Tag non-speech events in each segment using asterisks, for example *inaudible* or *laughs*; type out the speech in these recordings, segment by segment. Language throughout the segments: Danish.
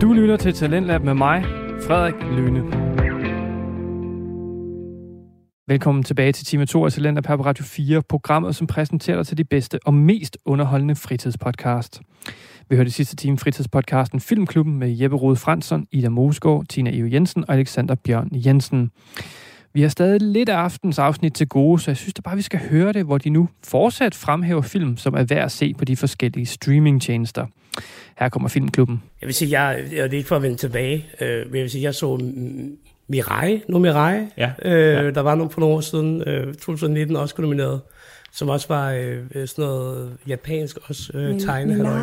Du lytter til Talentlab med mig, Frederik Lyne. Velkommen tilbage til time 2 af Talenter på Radio 4, programmet, som præsenterer dig til de bedste og mest underholdende fritidspodcast. Vi hørte i sidste time fritidspodcasten Filmklubben med Jeppe Rode Fransson, Ida Mosgaard, Tina Eve Jensen og Alexander Bjørn Jensen. Vi har stadig lidt af aftens afsnit til gode, så jeg synes da bare, vi skal høre det, hvor de nu fortsat fremhæver film, som er værd at se på de forskellige streamingtjenester. Her kommer Filmklubben. Jeg vil sige, jeg, og det er ikke for at vende tilbage, øh, men jeg vil sige, jeg så mm, Mirai, nu Mirai, Ja, øh, ja. der var nogle for nogle år siden, øh, 2019 også nomineret, som også var øh, øh, sådan noget japansk også øh, tegne. halløj.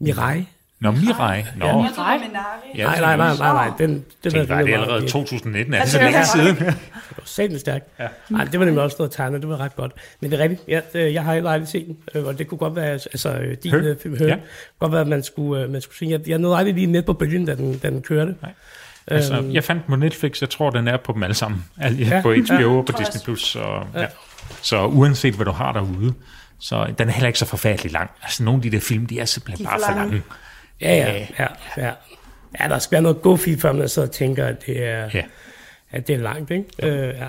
Mirai? Nå, Mirai. Nå, ja, Nej. ja, Nej, nej, nej, nej, nej. Den, den Det var det virkelig er meget allerede fint. 2019, er Altså, det så længe siden? Det var satme stærkt. Ja. Ej, det var nemlig også noget tegnet, det var ret godt. Men det er rigtigt, jeg, øh, jeg har heller aldrig set den, øh, og det kunne godt være, altså øh, din Hø. Hø. film Hø, Ja. ja. godt være, at man skulle, øh, man skulle sige, jeg, jeg nåede aldrig lige med på bølgen, da den, da den kørte. Nej. Altså, Øhm. jeg fandt den på Netflix, jeg tror, den er på dem alle sammen. Altså, Al- Ja, På ja, HBO og på tror jeg Disney+. også. Plus. Og, ja. Så uanset hvad du har derude, så den er heller ikke så forfærdelig lang. Altså, nogle af de der film, de er simpelthen De er bare for for lange. lange. Ja, ja, ja, ja. Ja, der skal være noget god fil, før man sidder og tænker, at det er, Ja. ja. at det er langt, ikke? Øh, ja.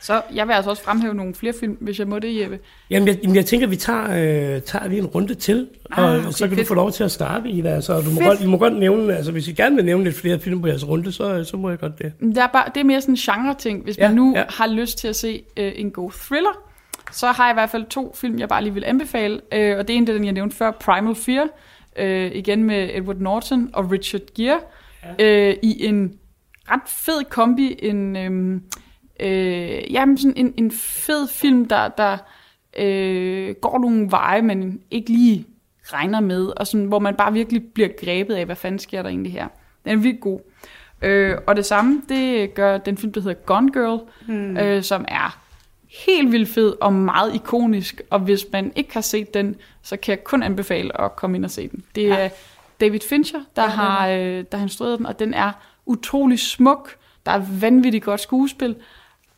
Så jeg vil altså også fremhæve nogle flere film, hvis jeg må det, Jeppe. Jamen, jeg, jamen, jeg tænker, at vi tager, øh, tager lige en runde til, og Ah, okay, så kan fedt. du få lov til at starte, Ida. Altså, og du må Fedt. godt, I må godt nævne, altså hvis I gerne vil nævne lidt flere film på jeres runde, så, så må jeg godt det. Men Det er, bare, det er mere sådan en genre-ting. Hvis Ja, man nu ja. har lyst til at se øh, en god thriller, så har jeg i hvert fald to film, jeg bare lige vil anbefale. Øh, og det ene, det er den, jeg nævnte før, Primal Fear. Øh, igen med Edward Norton og Richard Gere. Øh, I en ret fed kombi. En, øh, øh, jamen sådan en, en fed film, der, der øh, går nogle veje, man ikke lige regner med. Og sådan, hvor man bare virkelig bliver grebet af, hvad fanden sker der egentlig her. Den er virkelig god. Øh, og det samme, det gør den film, der hedder Gone Girl, hmm. øh, som er helt vildt fed og meget ikonisk. Og hvis man ikke har set den, så kan jeg kun anbefale at komme ind og se den. Det er David Fincher, der, ja, har, øh, der har instrueret den, og den er utrolig smuk. Der er vanvittigt godt skuespil.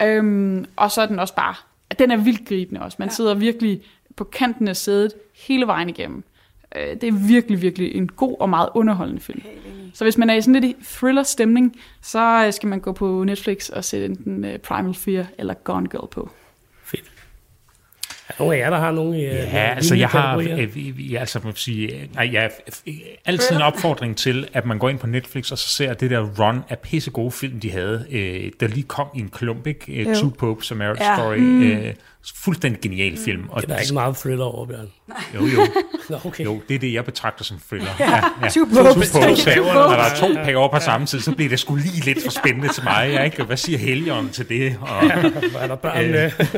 Øhm, og så er den også bare... Den er vildt gribende også. Man ja. sidder virkelig på kanten af sædet hele vejen igennem. Øh, det er virkelig, virkelig en god og meget underholdende film. Så hvis man er i sådan lidt i thriller-stemning, så øh, skal man gå på Netflix og sætte enten øh, Primal Fear eller Gone Girl på. Fedt. Er der nogen af jer, der har nogen øh, i... Ja, altså jeg har, øh, jeg, altså, man sige, øh, nej, jeg øh, altid en opfordring til, at man går ind på Netflix og så ser det der run af pissegode film, de havde, øh, der lige kom i en klump, ikke? Øh, Two Popes og Marriage Ja. Story. Øh, fuldstændig genial film. Og Det er der ikke meget thriller over, Bjørn. jo, *laughs* jo, Nå, okay. jo, det er det, jeg betragter som thriller. Ja, ja. Two Two popes. Popes, ja, Two når der er Popes. to payover på samme tid, så bliver det sgu lige lidt for spændende til mig. Ja, ikke? Og Hvad siger Helion til det? Og, Hvor er der børn?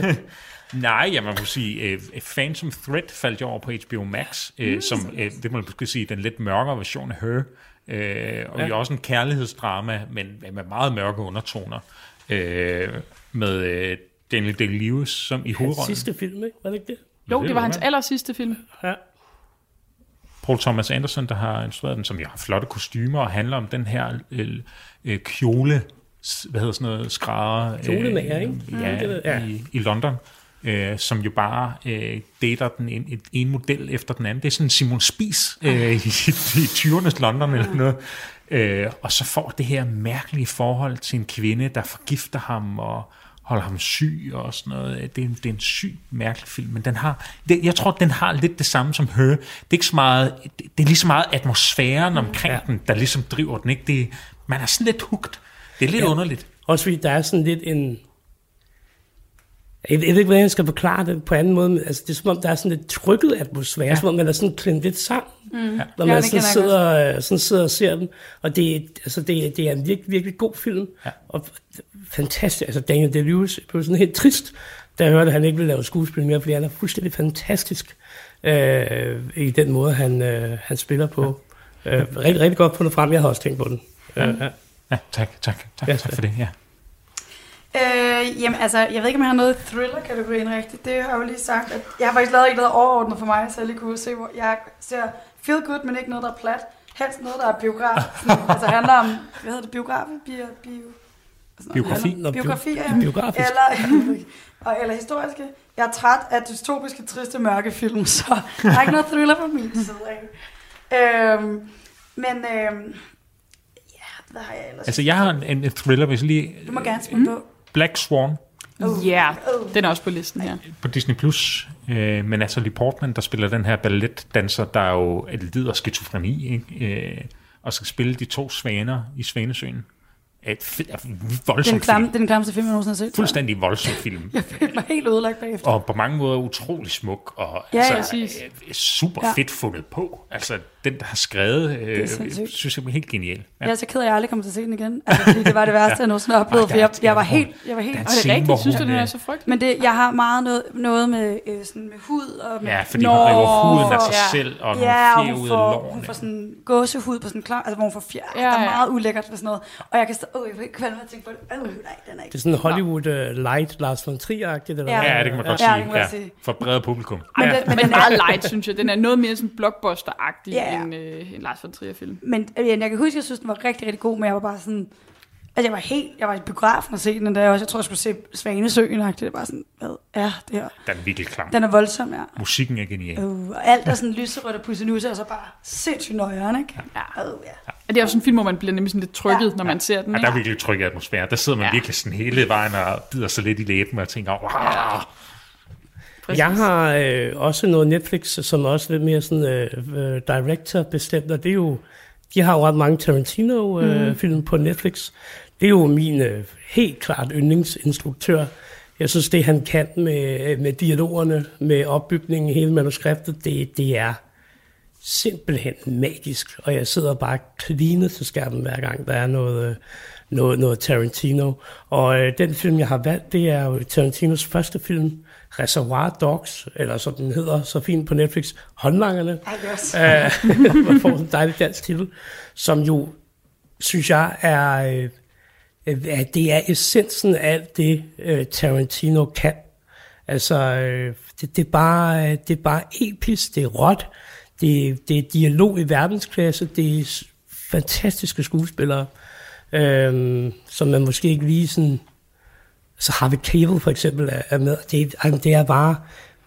Øh, Øh. Nej, jeg må sige, uh, Phantom Thread faldt jeg over på HBO Max, uh, mm, som, uh, det må man måske sige, den lidt mørkere version af Her, uh, og ja. også en kærlighedsdrama, men med meget mørke undertoner, uh, med uh, Daniel Day-Lewis som i hovedrollen, Sidste film, ikke? Var det ikke det? Jo, det det, er var jo hans aller sidste film. Ja. Paul Thomas Anderson, der har instrueret den, som jo har flotte kostymer, og handler om den her øh, øh, kjole, s- hvad hedder sådan noget, skrædder. øh, Kjolemager, ikke? Mm, Ja, det ved- ja. I, i London, øh, som jo bare øh, dater den en, et, en model efter den anden. Det er sådan Simon Spies øh, i, *laughs* i 20'ernes London eller noget. Øh, og så får det her mærkelige forhold til en kvinde, der forgifter ham og holder ham syg og sådan noget. Det er, en- det er en syg, mærkelig film, men den har, det, jeg tror, den har lidt det samme som Hø. Det er ikke så meget, det, det er lige så meget atmosfæren omkring den, der ligesom driver den. Ikke? Det, man er sådan lidt hugt. Det er lidt ja. underligt. Også fordi der er sådan lidt en... Jeg ved jeg ved ikke, hvordan jeg skal forklare det på anden måde. Men altså, det er som om, der er sådan lidt trykket atmosfære, ja. som om man er sådan klemt lidt sammen, mm. når man Ja, ja, sådan, det kender sidder, jeg øh, sådan sidder og ser den. Og det, er- altså, det, er- det er en virkelig, virkelig god film. Ja. Og fantastisk. Altså, Daniel Day-Lewis blev sådan helt trist, da jeg hørte, at han ikke ville lave skuespil mere, fordi han er fuldstændig fantastisk øh, i den måde, han, øh, han spiller på. Ja. Øh, rigtig, rigtig godt fundet frem. Jeg havde også tænkt på den. Ja. Øh, ja. Ja, tak, tak, tak, Ja. tak for det. Ja. Øh, jamen, altså, jeg ved ikke, om jeg har noget i thriller-kategorien rigtigt. Det har jeg jo lige sagt. At jeg har faktisk lavet ikke noget overordnet for mig, så jeg lige kunne se, hvor jeg ser feel good, men ikke noget, der er plat. Helst noget, der er biograf. *laughs* Sådan, altså handler om, hvad hedder det, biograf? Bio, bio, sådan noget. Biografi. Handler- Nå, bio- Biografi, *laughs* ja. biografisk. Eller, *laughs* og, eller historiske. Jeg er træt af dystopiske, triste, mørke film, så der er ikke noget thriller på min side af. Øhm, men øhm, Hvad har jeg ellers? Altså, jeg har en, en thriller, hvis jeg lige... Du må gerne smide på. Black Swan Ja, Oh. den er også på listen her. på Disney+, Plus, øh, men altså Lee Portman, der spiller den her balletdanser, der jo lider af skizofreni, ikke? Øh, og skal spille de to svaner i Svanesøen. Et fed, voldsom Den, klamme, film. den klammeste film, jeg nogensinde har set. Fuldstændig voldsom film. Den var helt ødelagt bagefter. Og på mange måder utrolig smuk, og Ja, altså, præcis. øh, super Ja. fedt fundet på. Altså, den, der har skrevet, øh, sindssygt. synes jeg er helt genial. Jeg er så ked af, at jeg aldrig kommer til at se den igen. Altså, fordi det var det værste, jeg nogensinde har oplevet, Ej, for der er jeg, jeg var et skærbord. helt... Jeg var helt Der er Og det Scene, er hvor rigtigt, synes du, hun, den er øh, så frygtelig? men det, jeg har meget noget, noget med, øh, sådan med hud og med Ja, fordi Nå, Nå, hun river huden af sig ja. selv, og Ja, og nogle fjer hun ud af lårene. får, hun får sådan gåsehud på sådan en klar, altså hvor hun får fjer, ja, Ja, der er ja. meget ulækkert for sådan noget. Og jeg kan stå, åh, jeg kan ikke kvalme at tænke på det. Øh, nej, den er Det er ikke. sådan Hollywood uh, light, Lars von Trier-agtigt. Eller Ja. hvad? Ja, det kan man godt Ja, det sige. kan man Ja, godt sige. for bredt publikum. Men, ja. den, men, Men den meget er, light, synes jeg. Den er noget mere sådan blockbuster-agtig Ja, ja. end, øh, end Lars von Trier-film. men øh, jeg kan huske, jeg synes, den var rigtig, rigtig god, men jeg var bare sådan... Altså, jeg var helt... Jeg var i biografen og se den der også. Jeg tror, jeg skulle se Svanesøen. og Det var sådan, hvad er det her? Den er virkelig klam. Den er voldsom, ja. Musikken er genial. Øh, og alt er sådan lyserødt og pussenusse, og så bare sindssygt nøjeren, ikke? Ja. Øh, ja. Og det er jo sådan en film, hvor man bliver nemlig sådan lidt trykket, ja. når man ser Ja, den. der Ikke? er virkelig tryg atmosfære. Der sidder man Ja. ja. virkelig sådan hele vejen og bider sig lidt i læben og tænker, wow. Præcis. Jeg har øh, også noget Netflix, som er også lidt mere sådan øh, øh, director bestemt, og det er jo, de har jo ret mange Tarantino-film øh, Mm. film på Netflix. Det er jo min øh, helt klart yndlingsinstruktør. Jeg synes, det han kan med, øh, med dialogerne, med opbygningen, hele manuskriptet, det, det er simpelthen magisk, og jeg sidder bare klinet til skærmen hver gang, der er noget, øh, noget, noget Tarantino. Og øh, den film, jeg har valgt, det er jo Tarantinos første film, Reservoir Dogs, eller som den hedder så fint på Netflix, Håndlangerne. Ej, det er også... Øh, *laughs* man får sådan en dejlig dansk titel, som jo, synes jeg, er, øh, øh, det er essensen af alt det, øh, Tarantino kan. Altså, øh, det, det, er bare, øh, det er bare episk, det er råt, det, det er dialog i verdensklasse, det er s- fantastiske skuespillere, øh, som man måske ikke lige sådan så har vi Cable for eksempel er- er med. Det, er- ej, men det er bare,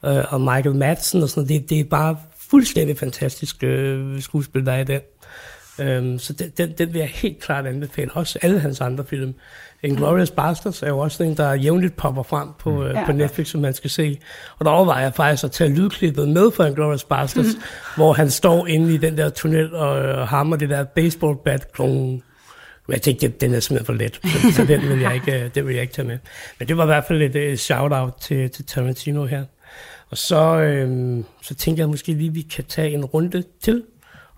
øh, og Michael Madsen og sådan noget, det, det er bare fuldstændig fantastisk øh, skuespil, der er i den. Øhm, så den, den, den vil jeg helt klart anbefale. Også alle hans andre film. Inglourious Basterds er jo også en, der jævnligt popper frem på, øh, Ja. ja. på Netflix, som man skal se. Og der overvejer jeg faktisk at tage lydklippet med for Inglourious Basterds, hvor han står inde i den der tunnel og øh, hammer det der baseballbat. Klung, men jeg tænkte, den er simpelthen for let, så, så den, vil jeg ikke, øh, den vil jeg ikke tage med. Men det var i hvert fald et, et shout-out til, til Tarantino her. Og så, øhm, så tænkte jeg måske lige, at vi kan tage en runde til,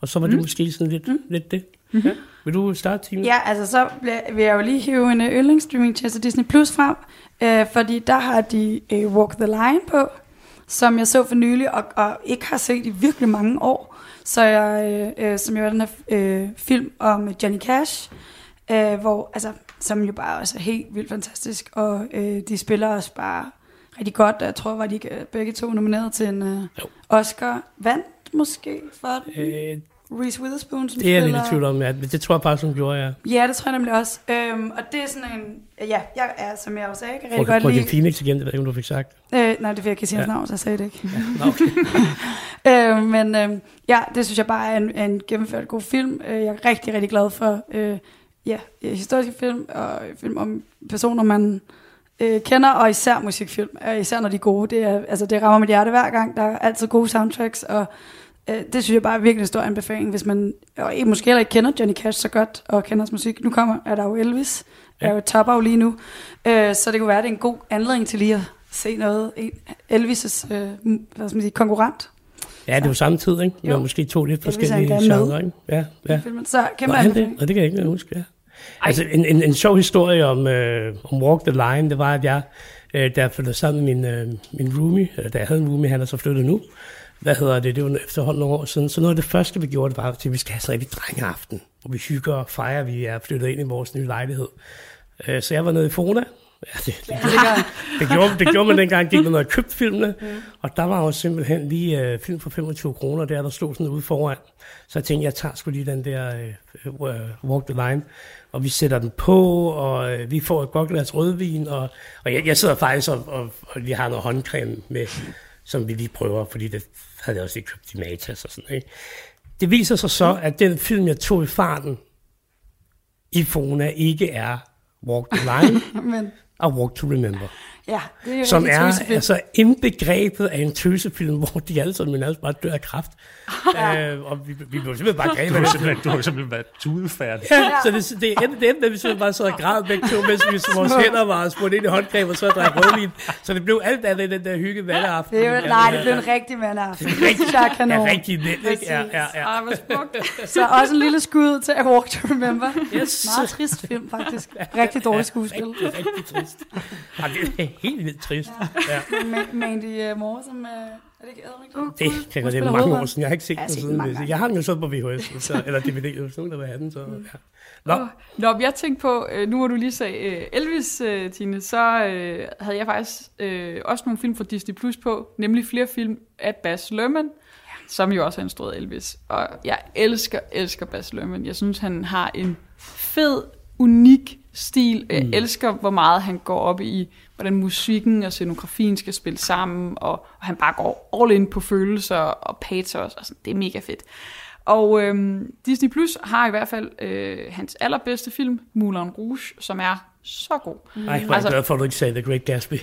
og så var det måske sådan lidt, mm. lidt det. Ja. Vil du starte, Tine? Mm-hmm. Ja, altså så bliver- vil jeg jo lige hive en øh, yndlingsstreaming til så Disney Plus frem, øh, fordi der har de øh, Walk the Line på, som jeg så for nylig og, og ikke har set i virkelig mange år, så jeg, øh, øh, som jo er den her øh, film om Johnny Cash, øh, hvor, altså, som jo bare også er helt vildt fantastisk, og øh, de spiller også bare rigtig godt, og jeg tror, var de ikke, øh, begge to nomineret til en øh, Oscar vandt måske for den. Øh, Reese Witherspoon, som det er jeg lidt spiller... i tvivl om, ja. men det tror jeg faktisk, hun gjorde, ja. Ja, det tror jeg nemlig også. Øhm, og det er sådan en... Ja, jeg er, som jeg også sagde, kan rigtig Frøken godt Frøken lide... Phoenix igen, det ved jeg ikke, om du fik sagt. Øh, nej, det fik jeg ikke sige hans Ja. navn, så jeg sagde det ikke. Nå, okay. *laughs* Øh, men øh, ja, det synes jeg bare er en, er en gennemført god film. Øh, jeg er rigtig, rigtig glad for øh, ja, øh, historiske film og film om personer, man øh, kender, og især musikfilm. Og især når de er gode. Det, er, altså, det rammer mit hjerte hver gang. Der er altid gode soundtracks, og øh, det synes jeg bare er virkelig en stor anbefaling, hvis man og I måske heller ikke kender Johnny Cash så godt, og kender hans musik. Nu kommer, er der jo Elvis, ja. er jo top lige nu, øh, så det kunne være, at det er en god anledning til lige at se noget. En- Elvis' øh, m- hvad skal man sige, konkurrent Ja, det er jo samme tid, ikke? Det var Jo. måske to lidt hvis han forskellige gerne er med. genrer, ikke? Ja, ja. filmen. Så kæmpe Var han det? anbefaling. Nå, det kan jeg ikke huske, ja. Altså, en, en, en sjov historie om, øh, om Walk the Line, det var, at jeg, øh, da jeg flyttede sammen med min, øh, min roomie, eller da jeg havde en roomie, han er så flyttet nu, hvad hedder det, det var efterhånden nogle år siden, så noget af det første, vi gjorde, det var, at vi skal have sådan en rigtig drengeaften, hvor vi hygger og fejrer, vi er flyttet ind i vores nye lejlighed. Øh, så jeg var nede i Fona, ja, det, det, det, gjorde, det gjorde man dengang, gik man og købte filmene, og der var jo simpelthen lige øh, film for 25 kroner der, der stod sådan ude foran. Så jeg tænkte, jeg tager sgu lige den der øh, øh, Walk the Line, og vi sætter den på, og øh, vi får et godt glas rødvin, og, og jeg, jeg sidder faktisk og, og, og vi har noget håndcreme med, som vi lige prøver, fordi det havde jeg også lige købt i Matas og sådan, ikke? Det viser sig så, at den film, jeg tog i farten, Ifona ikke er Walk the Line Men og Walk to Remember. ja, Det er jo Som en er tøsefilm. altså indbegrebet af en tøsefilm, hvor de alle sammen altså bare dør af *laughs* kraft. øh, og vi, vi blev simpelthen bare Du grebet af har det. simpelthen, du har simpelthen været tudefærdig. Ja, så det, det endte, det endte med, at vi simpelthen bare sad og græd begge to, mens vi, vores hænder var smurt ind i håndgreb, og så drak rødvin. Så det blev alt andet end den der hygge valgaften. det er jo, nej, det blev en rigtig mandaften. Det synes jeg er Ja, kanon. rigtig nemt, ikke? Ja, ja, ja. Ej, hvor smukt. Så også en lille skud til A Walk to Remember. Yes. Meget trist film, faktisk. Rigtig dårligt skuespil. Rigtig, rigtig trist. Ja, det er helt vildt trist. Ja. Ma- Mandy uh, Moore, som... Uh, er det ikke Edrik? Uh, Det kan jeg det er mange år siden. Jeg har ikke set Jeg har den set den siden. mange hvis- gange. Mm. Jeg har den jo så på VHS, så, eller DVD, hvis nogen der vil have den. Så, ja. Nå, Nå, men jeg tænkte på, øh, nu hvor du lige sagde øh, Elvis, øh, Tine, så øh, havde jeg faktisk øh, også nogle film fra Disney Plus på, nemlig flere film af Baz Luhrmann, som jo også har instrueret Elvis. Og jeg elsker, elsker Baz Luhrmann. Jeg synes, han har en fed, unik stil. Jeg elsker, hvor meget han går op i, hvordan musikken og scenografien skal spille sammen, og, og han bare går all in på følelser og patos, og sådan. det er mega fedt. Og øhm, Disney Plus har i hvert fald øh, hans allerbedste film, Moulin Rouge, som er så god. ej, hvor er Altså- jeg glad for, at du ikke sagde The Great Gatsby.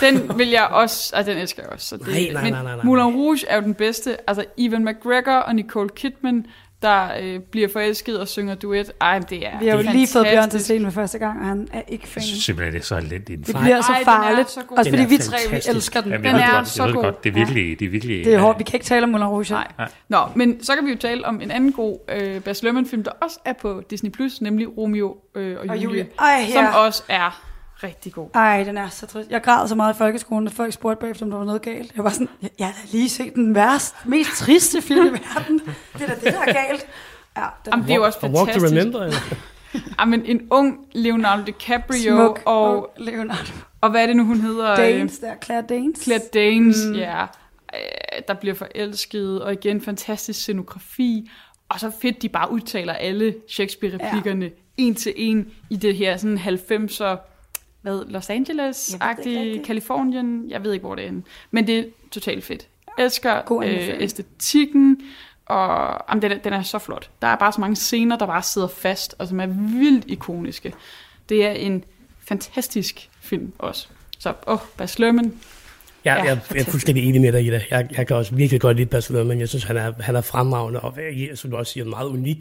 Den vil jeg også, og den elsker jeg også. Så det, Nej, nej, nej, nej, nej. Men Moulin Rouge er jo den bedste. Altså Ivan McGregor og Nicole Kidman, der øh, bliver forelsket og synger duet. Ej, men det er Vi har jo det er lige fået Bjørn til at fantastisk. se den for første gang, og han er ikke fan. Simpelthen, det er så elendigt en Det film. bliver så Ej, den er farligt. så god. Også Den fordi er vi tre vi fantastisk. elsker den. Jamen, Den jeg ved er, godt, jeg så ved god. godt, det er virkelig, det er virkelig... øh, det er hårdt. Vi kan ikke tale om Moulin Rouge. Nej. Nå, men så kan vi jo tale om en anden god øh, Bas Luhrmann-film, der også er på Disney+, Plus, nemlig Romeo øh, og, Og Julie. Julie, Ej, som ja. også er rigtig god. Ej, den er så trist. Jeg græd så meget i folkeskolen, at folk spurgte bagefter, om der var noget galt. Jeg var sådan, jeg, jeg har da lige set den værste, mest triste film i *laughs* verden. Det er da det, der er galt. Ja, den Jamen, det er jo også Og Walk to fantastisk. Remember, eller? Jamen, en ung Leonardo DiCaprio smuk. og, Og Leonardo og hvad er det nu, hun hedder? Øh, Danes, der Claire Danes. Claire Danes, mm. ja, øh, der bliver forelsket, og igen fantastisk scenografi, og så fedt, de bare udtaler alle Shakespeare-replikkerne ja. en til en i det her sådan 90'er, hvad, Los Jeg ved det ikke Angeles-agtige rigtigt. Kalifornien, jeg ved ikke, hvor det er henne, men det er totalt fedt. Jeg elsker God øh, anbefaling. æstetikken, og jamen, den, er, den er så flot. Der er bare så mange scener, der bare sidder fast, og som er vildt ikoniske. Det er en fantastisk film også. Så, åh, oh, Bas Luhrmann, Ja, Ja, jeg, jeg er fantastisk. fuldstændig enig med dig, Ida. Jeg, jeg kan også virkelig godt lide Bas Luhrmann, men jeg synes, han er, han er fremragende, og jeg- som du også siger, meget unik.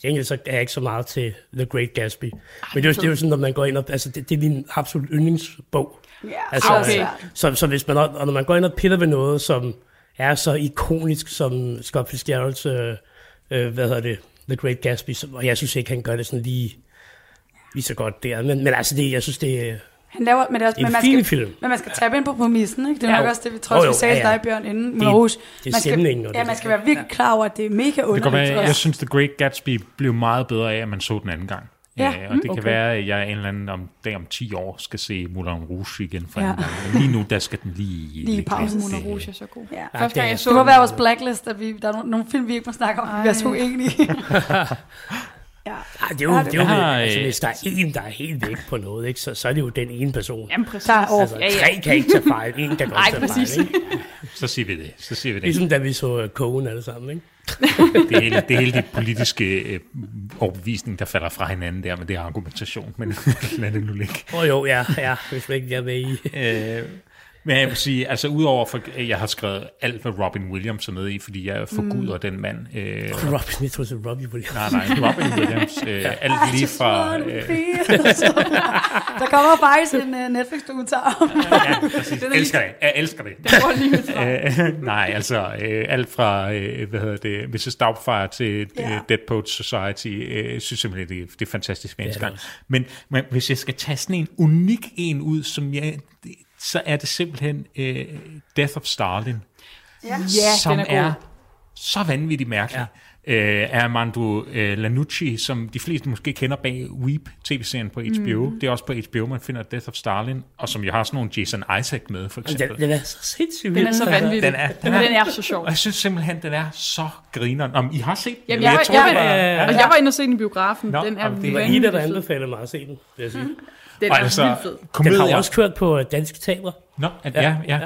Til gengæld så er jeg ikke så meget til The Great Gatsby. Men det er, jo- det er jo sådan, når man går ind og... Altså, det, det er min absolut yndlingsbog. Ja, Altså, så okay. svært. Så, så hvis man, og og når man går ind og piller ved noget, som er så ikonisk som Scott Fitzgeralds, øh, øh, hvad hedder det, The Great Gatsby, som, og jeg synes ikke, han gør det sådan lige, lige så godt der. Men, men altså, det, jeg synes, det er Han laver, men, det er også, en men, man fin skal, film. Men man skal tabe ind på præmissen, ikke? Det er Ja, nok jo. også det, vi Jo, trods jo, vi sagde ja, til ja. dig, Bjørn, inden Det Moulin er- Rouge. det er man skal, stemningen, og det ja, er- man skal være virkelig klar over, at det er mega Det kommer, underligt. jeg, også. jeg synes, The Great Gatsby blev meget bedre af, at man så den anden gang. Ja, mm, Øh, og det kan okay. være, at jeg en eller anden om, dag om 10 år skal se Moulin Rouge igen for Ja. ja. anden gang. Men lige nu, der skal den lige... ligge lidt. øh, pausen, Moulin Rouge er så god. Ja. Første gang, Ah, det er- jeg så Det må den, være vores blacklist, at vi, der er nogle, nogle film, vi ikke må snakke om, vi er *laughs* så uenige. ja. Ah, Ej, det er jo, Ja, ja, det det, det er jo er- altså, hvis der er en, der er helt væk på noget, ikke, så, så er det jo den ene person. Jamen, præcis. Der er over- Altså, tre kan ikke tage fejl, en *laughs* kan godt Ej, tage præcis. fejl. Ikke? Så siger vi det. Så siger vi det. Ligesom da vi så øh, Cohen alle sammen. Ikke? Det er hele det, er hele det politiske øh, overbevisning, der falder fra hinanden der med det her argumentation. Men *laughs* lad det nu ligge. Åh oh, jo, ja, ja, hvis man ikke er med i. *laughs* Øh, men jeg vil sige, altså udover, for, jeg har skrevet alt, hvad Robin Williams er med i, fordi jeg forguder mm. den mand. Øh, Robin, jeg tror, det er Robbie Williams. nej, nej, Robin Williams. Øh, alt lige fra... Øh, *laughs* der kommer faktisk en uh, Netflix-dokumentar om Den er elsker det, jeg elsker det. Hvor lige med fra. *laughs* Øh, nej, altså øh, alt fra, øh, hvad hedder det, Mrs. Doubtfire til Ja. yeah. Dead Poets Society, øh, synes simpelthen, det, det er fantastisk med Ja, ja, det er gang. også. Men, men hvis jeg skal tage sådan en unik en ud, som jeg, det- så er det simpelthen øh, Death of Stalin, Ja, som den er god. er så vanvittigt mærkelig. Ja. Øh, Armando øh, Lanucci, som de fleste måske kender bag Weep, tv-serien på HBO. Mm. Det er også på HBO, man finder Death of Stalin, og som jeg har sådan nogle Jason Isaac med, for Men eksempel. Den, den er så sindssygt Den er så vanvittig. Den er- den er- den er så sjov. Og jeg synes simpelthen, den er så grineren. Om I har set den? Jamen, jeg, jeg, tror, jeg, det var- jeg, ja. og jeg var inde og se den i biografen. Nå, den er jamen, det Det var var vanvittig Altså, Ida, der fed. Mhm. anbefalede mig at se den, vil jeg sige. Den Og er altså, vildt fed. Den komedier. har jo også kørt på øh, danske teater. Nå, at, ja, ja.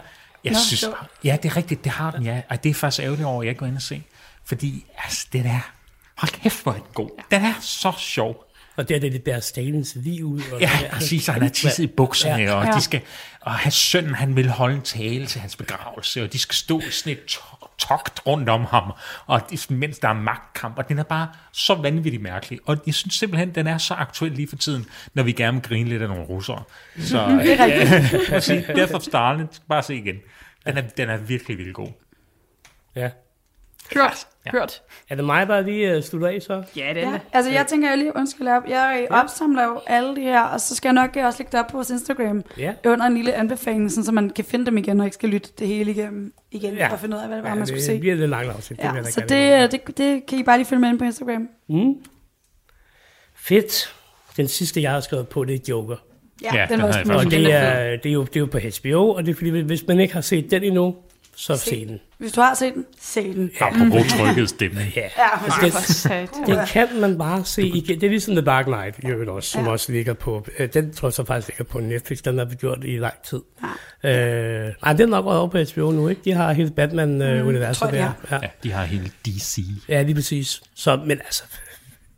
Jeg Nå, synes, sjovt. ja, det er rigtigt, det har den, ja. Ej, det er faktisk ærgerligt over, at jeg går ind og se. Fordi, altså, den er, hold kæft, hvor er den god. Den er så sjov. Og der er det lidt deres Stalins liv ud. Og Ja, der. præcis, og han har tisset i bukserne, Ja. og, Ja. de skal, og hans søn, han vil holde en tale til hans begravelse, og de skal stå i sådan et to- togt rundt om ham, og de, mens der er magtkamp, og den er bare så vanvittigt mærkelig, og jeg synes simpelthen, den er så aktuel lige for tiden, når vi gerne vil grine lidt af nogle russere. Så Det er rigtigt. *laughs* præcis, Death of Stalin, bare se igen. Den er, den er virkelig, virkelig god. ja. Hørt, Ja. hørt. Er det mig, bare lige uh, slutter af så? Ja, det er Ja, det. altså jeg tænker, jeg lige undskyld op. Jeg øh, opsamler jo alle de her, og så skal jeg nok øh, også lægge det op på vores Instagram Ja. under en lille anbefaling, sådan, så man kan finde dem igen, og ikke skal lytte det hele igennem igen, Ja. ja. for at finde ud af, hvad det var, ja, ja, man skulle det se. bliver lidt langt afsnit. vil Ja, jeg da så gerne det, love. øh, det, det kan I bare lige følge med ind på Instagram. Mm. Fedt. Den sidste, jeg har skrevet på, det er Joker. Ja, Ja, ja den den var har også jeg min. Og faktisk. Den det er fed. er, det, er jo, det er jo på HBO, og det er fordi, hvis man ikke har set den endnu, så Se. se den. Hvis du har set den, se den. Ja. Apropos trykket stemme. Ja. Ja, Det, For satan. det kan man bare se igen. Det er ligesom The Dark Knight, i øvrigt også, som Ja. også ligger på... Øh, den tror jeg så faktisk ligger på Netflix, den har vi gjort i lang tid. Øh, nej, den er nok over på HBO nu, ikke? De har hele Batman-universet Mm, tror jeg, der. de Ja. Ja, de har hele DC. Ja, lige præcis. Så, men altså,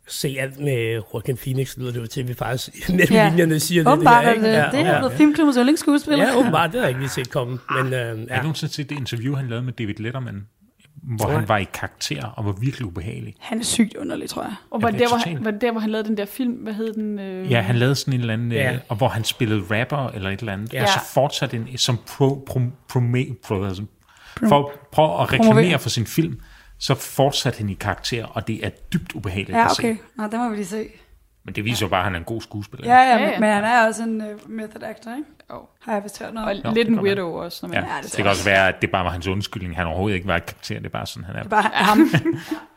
se alt med Joaquin Phoenix, lyder det jo til, at vi faktisk *laughs* mellem ja. Ja. linjerne siger Åbenbart er det det her, ikke? det. Det er blevet filmklubbens yndlingsskuespiller. Ja, uh. åbenbart, det har jeg ikke lige set komme. Ah. Men, øh, Jeg har ja. I nogensinde set det interview, han lavede med David Letterman, hvor Nej. han var i karakter og var virkelig ubehagelig. Han er sygt underlig, tror jeg. Og var Ja, det det er der, hvor totalt. han, var det der, hvor han lavede den der film? Hvad hed den? Øh? Ja, han lavede sådan en eller anden, Ja. ja. øh, og hvor han spillede rapper eller et eller andet, Ja. ja. og så fortsatte en, som pro, pro, prome, pro, altså, for, for at reklamere for sin film, så fortsatte han i karakter, og det er dybt ubehageligt Ja, at okay. se. Nå, den må vi lige se. Men det viser jo bare, at han er en god skuespiller. Ja, ja, Ja, men, ja. men han er også en uh, method actor, ikke? Jo. Har jeg vist hørt noget Og om. Nå, lidt det en kan weirdo også. Når man, ja, det det tror kan også være, at det bare var hans undskyldning. Han overhovedet ikke var i karakter, det er bare sådan, han er. Det er bare *laughs* ham.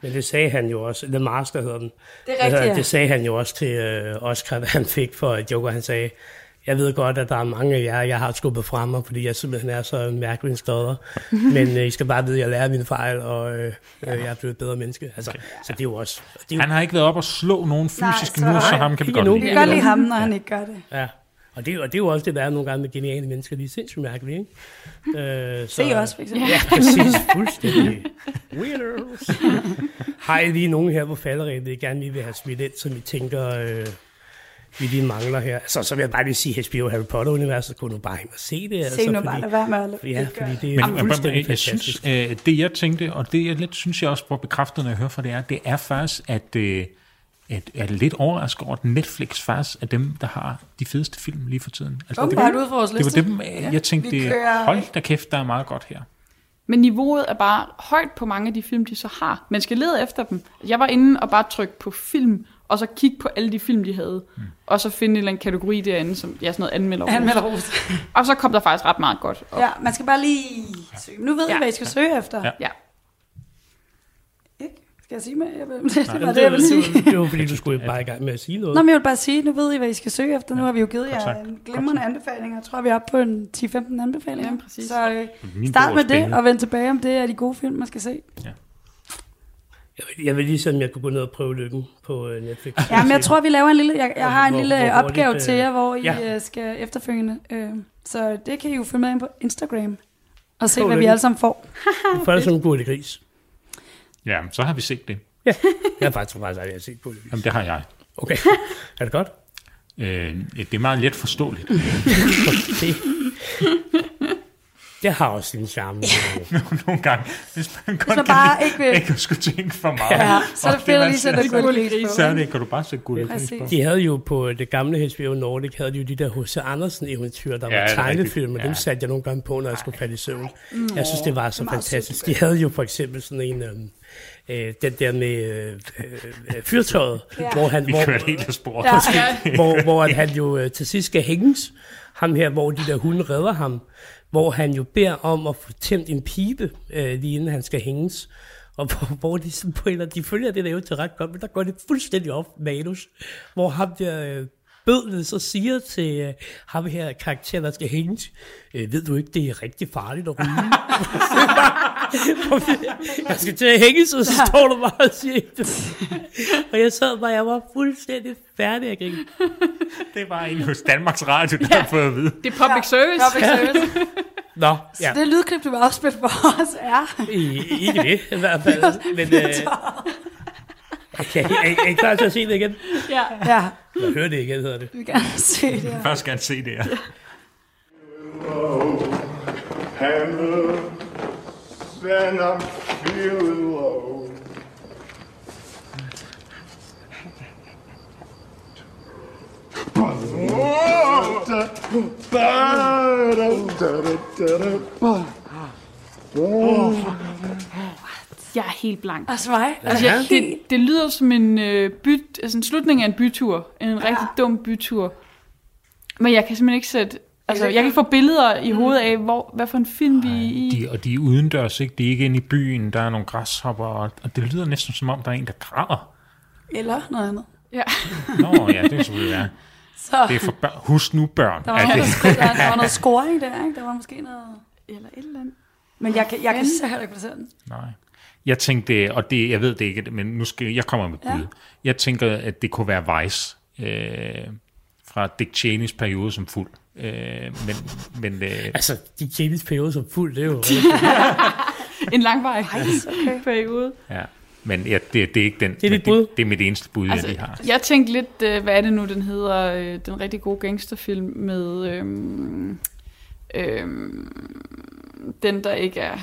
men det sagde han jo også. The Master hedder den. Det er rigtigt, Altså, ja. det sagde han jo også til øh, Oscar, *laughs* da han fik for Joker. Han sagde, jeg ved godt, at der er mange af jer, jeg har skubbet fra mig, fordi jeg simpelthen er så mærkelig en *laughs* stodder. Men øh, I skal bare vide, at jeg lærer mine fejl, og øh, øh, jeg er blevet et bedre menneske. Altså, Så det er jo også... Det er jo, Han har ikke været op og slå nogen fysisk så- endnu, så Nej, ham kan vi ikke godt endnu. Vi lide. kan godt lide ham, når han ikke gør det. ja. og, det, er jo- og det er jo også det, der er nogle gange med geniale mennesker. De er sindssygt mærkelige, ikke? Øh, så, Se også, for eksempel. Ja, *laughs* præcis. Fuldstændig. Weirdos. Har I lige nogen her på falderæbet, I gerne lige vil have smidt ind, som I tænker, øh, vi lige mangler her? Så, så vil jeg bare lige sige, HBO Harry Potter-universet, kunne nu bare hen og se det. altså, Se nu bare, lad være med at lade Ja, det gøre fordi det. det er Men fuldstændig jeg, jeg fantastisk. synes, øh, det jeg tænkte, og det jeg lidt synes jeg også får bekræftet, når jeg hører fra det er, det er faktisk, at, øh, at at lidt overrasket over, at Netflix faktisk er dem, der har de fedeste film lige for tiden. Altså, det, Åbenbart ud fra vores det liste. var dem, øh, jeg tænkte, Vi kører- hold da kæft, der er meget godt her. Men niveauet er bare højt på mange af de film, de så har. Man skal lede efter dem. Jeg var inde og bare trykke på film, og så kigge på alle de film, de havde. Mm. Og så finde en eller anden kategori derinde, som ja, sådan noget anmelder. Han melder ros. Og så kom der faktisk ret meget godt. op. Ja, man skal bare lige søge. Nu ved I, Ja. hvad I skal søge efter. Ja. ja. Ikke? Skal jeg sige med? Jeg vil, *laughs* det var Men det, jeg ville sige. det, var- det var fordi, du skulle bare i gang med at sige noget. Nå, men jeg vil bare sige, nu ved I, hvad I skal søge efter. Nu har vi jo givet jer tak. en glimrende anbefaling. Jeg tror, vi er oppe på en 10-15 anbefalinger. Ja, præcis. Så øh, Min start bog er med det, spændende. og vend tilbage, om det er de gode film, man skal se. Jeg, vil- jeg vil lige se, om jeg kunne gå ned og prøve lykken på øh, Netflix. Ja, men jeg tror, vi laver en lille, jeg, jeg har en Hvor- lille hvor hurtigt, opgave øh, til jer, hvor I ja. ja. skal efterfølgende. Øh, så det kan I jo følge med ind på Instagram og se, Prøv hvad vi lykke. alle sammen får. Først som en god gris. Ja, så har vi set det. Jeg har faktisk faktisk aldrig set på det. Jamen, det har jeg. *laughs* Okay, er det godt? Øh, det er meget let forståeligt. *laughs* Det, det har også sin charme. Nogle gange, hvis man godt Så kan bare lide- ikke vil- ikke at skulle tænke for meget. Ja, så er Og det fedt at man lige sætte ser- et godt lys Så på. er det, kan du bare sætte guld Præcis. De havde jo på det gamle HBO Nordic, havde de jo de der H.C. Andersen eventyr, der Ja, ja, var det er tegnefilm, rigtigt. og dem Ja. satte jeg nogle gange på, når jeg skulle falde i søvn. Jeg synes, det var så det er meget fantastisk. sødt, De havde jo for eksempel sådan en, øhm, øh, den der med øh, øh, fyrtøjet, Ja. hvor han, Vi hvor, kører helt af sporet. *laughs* Ja. hvor, hvor at han jo øh, til sidst skal hænges, ham her, hvor de der hunde redder ham, hvor han jo beder om at få tændt en pibe, øh, lige inden han skal hænges. Og hvor, hvor de, sådan på en, eller- de følger det der jo til ret godt, men der går det fuldstændig op, manus, hvor ham der øh, bødlet så siger til øh, ham her karakter, der skal hænges, øh, ved du ikke, det er rigtig farligt at ryge? jeg skal til at hænge, så står du bare og siger det. Og jeg sad bare, jeg var fuldstændig færdig, jeg gik. Det *laughs* var en hos Danmarks Radio, der har fået at vide. Det er public service. Public service. Nå, Så det lydklip, du vil afspille for os, er... I, ikke det, i hvert fald. Men, øh, Okay, er, er I klar til at se det igen? Ja. Ja, Jeg hører det igen, hedder det. vi vil gerne *laughs* se det her. Først gerne se det her. Hammer, then I'm feeling low. Ba-da-da-da-da-ba. *laughs* Jeg er helt blank. Og svej. Altså, jeg, det, det lyder som en, øh, by, altså en slutning af en bytur. En rigtig dum bytur. Men jeg kan simpelthen ikke sætte... Altså, jeg kan få billeder i hovedet Mm. af, hvor, hvad for en film vi er i. De, og de er udendørs, ikke? De er ikke inde i byen, der er nogle græshopper, og, og det lyder næsten som om, der er en, der græder. Eller noget andet. Nå ja, det er selvfølgelig være. Så Det er for børn. Husk nu børn. der var, at noget, det, der, skulle- der, der var noget scoring der, ikke? Der var måske noget... Eller et eller andet. Men jeg kan, jeg kan så heller ikke placere den. nej. Jeg tænkte, og det, jeg ved det ikke, men nu skal jeg kommer med et bud. Jeg tænker, at det kunne være Vice øh, fra Dick Cheney's periode som fuld. Øh, men men øh, Altså, de James periode som fuld, det er jo... En langvarig *laughs* periode. Ja, men ja, det, det er ikke den. er men dit bud? Det, det er mit eneste bud, altså, Altså, jeg lige har. jeg tænkte lidt, øh, hvad er det nu, den hedder, øh, den rigtig gode gangsterfilm med øhm, øhm, den, der ikke er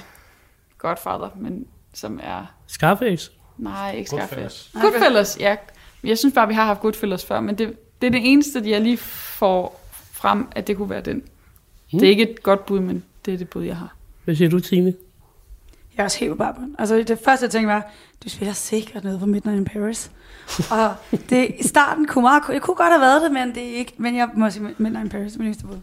Godfather, men som er, Scarface. nej, ikke Scarface. Goodfellas. Goodfellas, ja. Jeg synes bare, vi har haft Goodfellas før, men det, det er det eneste, jeg lige får frem, at det kunne være den. Det er ikke et godt bud, men det er det bud, jeg har. Hvad siger du, Trine? Jeg er også helt på barbaren. Altså, det første, jeg tænkte var, du spiller sikkert noget på Midnight in Paris. og det, i starten kunne meget... Jeg kunne godt have været det, men det er ikke... Men jeg må sige Midnight in Paris, min eneste bud.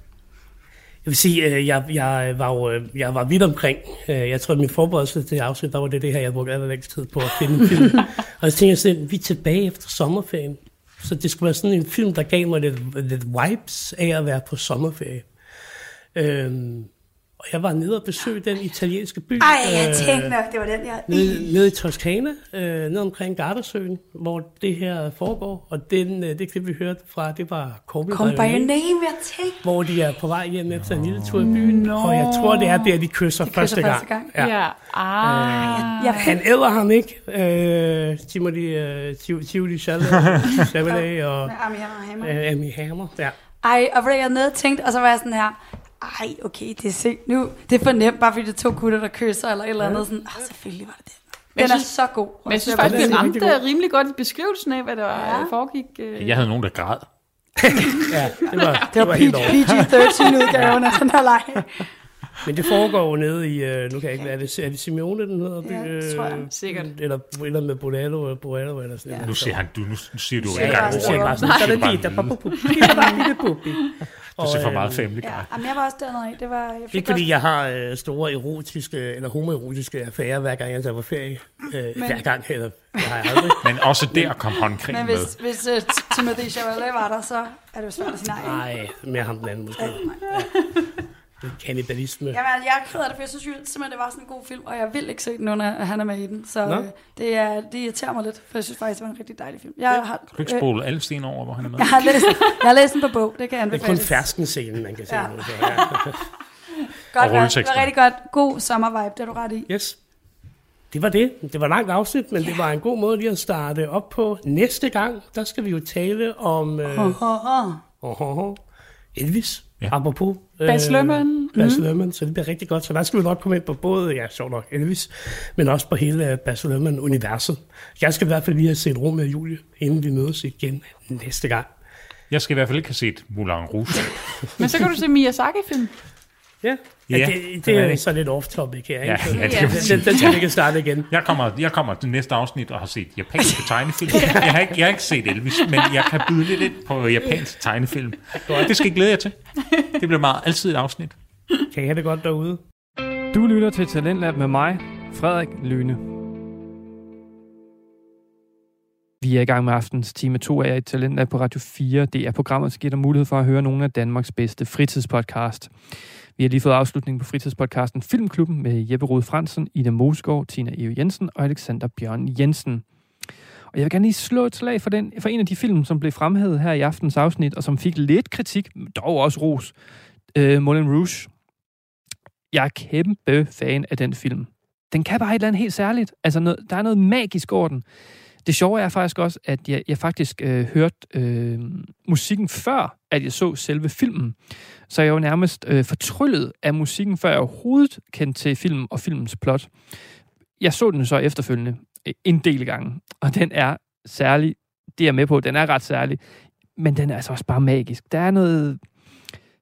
Jeg vil sige, øh, jeg, jeg, var jo, øh, jeg var vidt omkring. Øh, Jeg tror, at min forberedelse til det afsnit, der var det, det her, jeg brugte allerlængst tid på at finde en *laughs* film. og så tænkte jeg sådan, vi er tilbage efter sommerferien. Så det skulle være sådan en film, der gav mig lidt, lidt vibes af at være på sommerferie. Øhm, og jeg var nede og besøgte den italienske by. Ej, jeg øh, tænkte nok, det var den, jeg... Nede, nede i Toskana, øh, nede omkring Gardasøen, hvor det her foregår. Og den, øh, det klip, vi hørte fra, det var Call Me Kom By by Your your Name, name, jeg tænkte. hvor de er på vej hjem efter en lille tur i byen. No. Og jeg tror, det er der, de kysser, De kysser første, første gang. gang. Ja. ja. Ah. Jeg Han æder ham ikke, øh, Timothy, øh, Tiv- Tivoli *laughs* Chalamet og med Armie Hammer Hammer. øh, Amy Hammer. Ja. Ej, og hvor jeg nede og tænkte, og så var jeg sådan her, ej, okay, det er sent nu. Det er for nemt, bare fordi det er to gutter, der kysser eller et eller andet. Sådan, ah, selvfølgelig var det den. Men jeg Den er synes- så god. Men jeg synes Og så- faktisk, vi er rigtig ramte rimelig godt i beskrivelsen af, hvad der Ja. ja. foregik. øh. Jeg havde nogen, der græd. ja, det var, det var helt over. PG-13-udgaven af den her leg. Men det foregår jo nede i, øh, nu kan jeg ikke, er det, er det Simeone, den hedder? Øh, Ja, det tror jeg. Sikkert. Eller, eller med Bonello, eller Bonello, eller sådan Ja. noget. Nu siger han, du, nu, nu siger du Nu ikke siger jeg engang bare, så siger Altså. siger jeg ordet. bare sådan, sådan, bare sådan "Sådan lidt, der der *laughs* var Du siger øh, for meget family Ja, guy. jamen, jeg var også dernede af. Det var, jeg fik Ikke fordi jeg har øh, store erotiske eller homoerotiske affærer, hver gang jeg tager på ferie. Øh, Men- Hver gang, eller det har jeg aldrig. Men også der kom godt- håndkrigen Men med. hvis, hvis uh, Timothy Chalamet var der, så er det jo svært at sige nej. ikke? Nej, mere ham den anden måske. Ja. Det er Kannibalisme. Jamen, altså, jeg er ked af det, for jeg synes jo simpelthen, det var sådan en god film, og jeg vil ikke se den, under at han er med i den. Så Nå. øh, det, er, det irriterer mig lidt, for jeg synes faktisk, det var en rigtig dejlig film. Jeg har, øh, Kan du ikke spole alle sten over, hvor han er med? Jeg har læst, jeg har læst den på bog, det kan jeg Det er anbefale. kun ferskenscenen, man kan se. Ja. Ja. Nu, så, ja. Godt, og valg. det rulletekster. var rigtig godt. God sommervibe, det er du ret i. Yes. Det var det. Det var et langt afsnit, men det var en god måde lige at starte op på. Næste gang, der skal vi jo tale om øh, Ho, ho, ho. oh, oh, oh. Elvis, Ja. ja. apropos. øh, Bas Løhmann. Bas Løhmann, så det bliver rigtig godt. Så der skal vi nok komme ind på både, ja, sjov nok, Elvis, men også på hele øh, Bas Løhmann-universet. Jeg skal i hvert fald lige have set rum med Julie, inden vi mødes igen næste gang. Jeg skal i hvert fald ikke have set Moulin Rouge. Men så kan du se Miyazaki-film. Ja, Ja, ja, det, det er så lidt off-topic her, ikke? Ja, ja, det må man sige. den, den skal vi ikke starte igen. Jeg kommer, jeg kommer til næste afsnit og har set japanske tegnefilm. Jeg har, ikke, jeg har ikke set Elvis, men jeg kan byde lidt ind på japansk tegnefilm. Det skal I glæde jer til. Det bliver meget altid et afsnit. Kan I have det godt derude? Du lytter til Talentlab med mig, Frederik Lyne. Vi er i gang med aftens time 2 af Talentlab på Radio 4. Det er programmet, som giver dig mulighed for at høre nogle af Danmarks bedste fritidspodcast. Vi har lige fået afslutningen på fritidspodcasten Filmklubben med Jeppe Rode Fransen, Ida Moskov, Tina Eve Jensen og Alexander Bjørn Jensen. Og jeg vil gerne lige slå et slag for, den, for en af de film, som blev fremhævet her i aftens afsnit, og som fik lidt kritik, dog også ros. Øh, Moulin Rouge jeg er kæmpe fan af den film. Den kan bare et eller andet helt særligt. Altså, noget, der er noget magisk over den. Det sjove er faktisk også, at jeg, jeg faktisk øh, hørte øh, musikken før, at jeg så selve filmen. Så jeg var nærmest øh, fortryllet af musikken, før jeg overhovedet kendte til filmen og filmens plot. Jeg så den så efterfølgende øh, en del gange, og den er særlig, det er jeg med på, den er ret særlig, men den er altså også bare magisk. Der er noget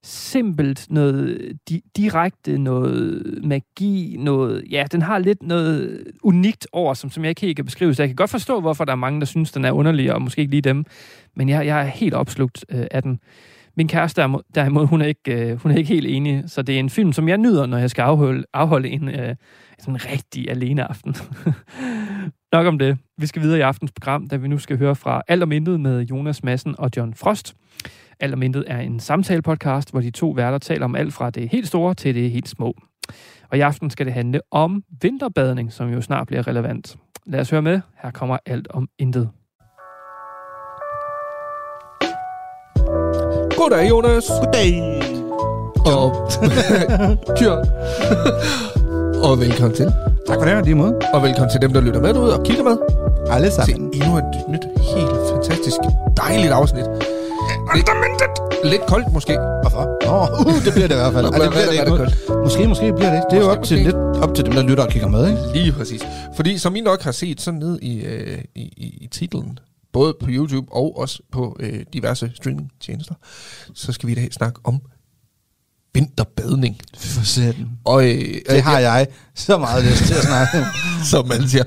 simpelt, noget di- direkte, noget magi, noget... Ja, den har lidt noget unikt over, som, som jeg ikke helt kan beskrive. Så jeg kan godt forstå, hvorfor der er mange, der synes, den er underlig, og måske ikke lige dem. Men jeg, jeg er helt opslugt øh, af den. Min kæreste er mo- derimod, hun er, ikke, øh, hun er ikke helt enig, så det er en film, som jeg nyder, når jeg skal afholde, afholde en øh, sådan rigtig aleneaften. *laughs* Nok om det. Vi skal videre i aftens program, da vi nu skal høre fra Alt om Intet med Jonas Madsen og John Frost. Alt om Intet er en samtale-podcast, hvor de to værter taler om alt fra det helt store til det helt små. Og i aften skal det handle om vinterbadning, som jo snart bliver relevant. Lad os høre med. Her kommer Alt om Intet. Goddag, Jonas. Goddag. Og... *laughs* John. *laughs* og velkommen til. Tak for det, og lige måde. Og velkommen til dem, der lytter med derude og kigger med. Alle Til sammen. endnu et nyt, helt fantastisk, dejligt afsnit. Lidt, lidt koldt måske. Hvorfor? Nå, uh, det bliver det i hvert fald. Ej, det bliver det ikke. Måske, måske bliver det. Det er jo Måske, op til, måske. lidt op til dem, der lytter og kigger med, ikke? Lige præcis. Fordi som I nok har set sådan ned i, øh, i, i, i titlen, både på YouTube og også på øh, diverse streamingtjenester, så skal vi i dag snakke om vinterbadning. For satan. Og øh, Det har jeg så meget lyst til at *laughs* snakke om. som man siger.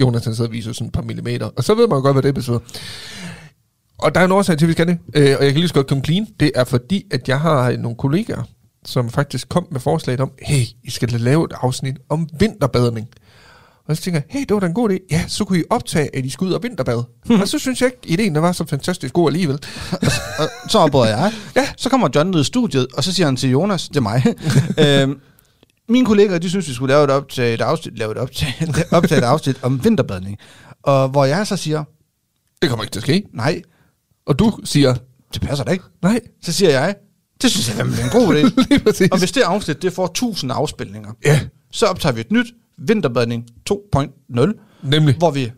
Jonas han sidder og viser sådan et par millimeter. Og så ved man jo godt, hvad det betyder. Og der er en årsag til, at vi skal det. Øh, og jeg kan lige så godt komme clean. Det er fordi, at jeg har nogle kollegaer, som faktisk kom med forslaget om, hey, I skal da lave et afsnit om vinterbadning. Og så tænker jeg, hey, det var da en god idé. Ja, så kunne I optage, at I skulle ud og vinterbade. og så synes jeg ikke, ideen var så fantastisk god alligevel. Og så opbrød jeg. Ja. Så kommer John ned i studiet, og så siger han til Jonas, det er *laughs* mig. øhm, mine kollegaer, de synes, vi skulle lave et optag, et afsnit, lave et optag, *laughs* optage et afsnit om vinterbadning. Og hvor jeg så siger, Det kommer ikke til at ske. nej, Og du siger, det passer da ikke. nej, Så siger jeg, det synes jeg fandme er en god idé. *laughs* lige præcis. Og hvis det afsnit, det får 1000 afspilninger, Ja, så optager vi et nyt vinterbadning 2.0, nemlig. hvor vi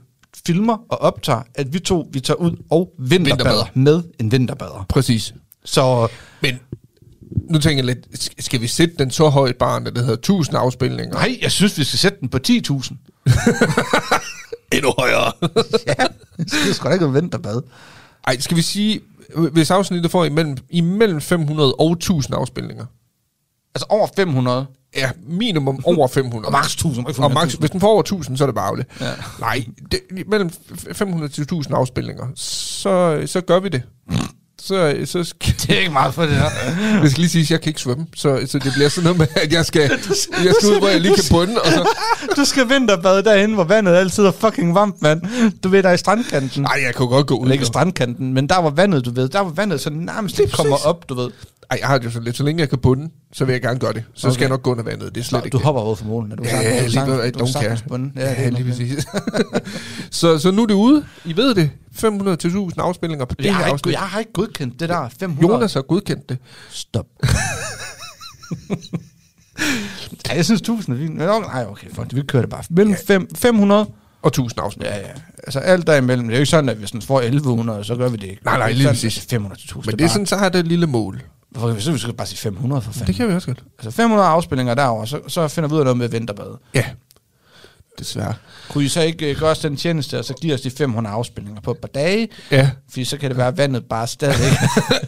filmer og optager, at vi to vi tager ud og vinterbader, Vinterbader. med en vinterbader. Præcis. Så Men nu tænker jeg lidt, sk- skal vi sætte den så højt barn, at det hedder 1000 afspilninger? nej, jeg synes, vi skal sætte den på 10.000. *laughs* endnu *laughs* højere. Det skal da ikke være vinterbad. Ej, skal vi sige, hvis afsnittet får imellem, imellem 500 og 1000 afspilninger? Altså over 500. Ja, minimum over 500. Og maks 1000, ikke Og max, 500.000. hvis den får over 1000, så er det bagle. Ja. Nej, det, mellem f- 500 til 1000 afspilninger, så, så gør vi det. Så, så skal, Det er ikke meget for det *laughs* her. Jeg skal lige sige, at jeg kan ikke svømme, så, så det bliver sådan noget med, at jeg skal, *laughs* jeg skal ud, hvor jeg lige kan bunde, og så, du skal vinterbade derinde, hvor vandet altid er fucking varmt, mand. Du ved, der er i strandkanten. nej, jeg kan jo godt gå ud. Eller ikke i jo. strandkanten, men der var vandet, du ved. Der var vandet, så nærmest Lige det kommer præcis. op, du ved. Ej, jeg har det jo sådan lidt. Så længe jeg kan bunde, så vil jeg gerne gøre det. Så okay. skal Okay. jeg nok gå under vandet. Det er Nå, slet ikke du det. hopper over for målen. Du Ja, sang- ja, du lige sang- ved- I du don't sang- care. på den. Ja, Ja, det lige er nok det. præcis. så, så nu er det ude. I ved det. 500-1000 afspillinger på det Jeg her har, ikke, afsnit. jeg har ikke godkendt det der 500. Jonas har godkendt det. *laughs* Stop. ja, jeg synes 1000 er fint. Men, oh, nej, okay, fuck, det, vi kører det bare. Mellem ja. 5, 500, Og 1000 afspillinger. ja, ja. Altså alt derimellem. Det er jo ikke sådan, at hvis den får 1100, så gør vi det ikke. Nej, nej, Det er lige sådan, præcis. at 500 til 1000. Men det er sådan, så har det et lille mål. Bare, hvorfor kan vi så vi skal bare sige 500 for fanden? Det kan vi også godt. Altså 500 afspillinger derovre, så, så finder vi ud af noget med vinterbade. Ja. Desværre. Kunne I så ikke øh, gøre os den tjeneste, og så give os de 500 afspillinger på et par dage? Ja. Fordi så kan det være, at vandet bare stadigvæk... *laughs*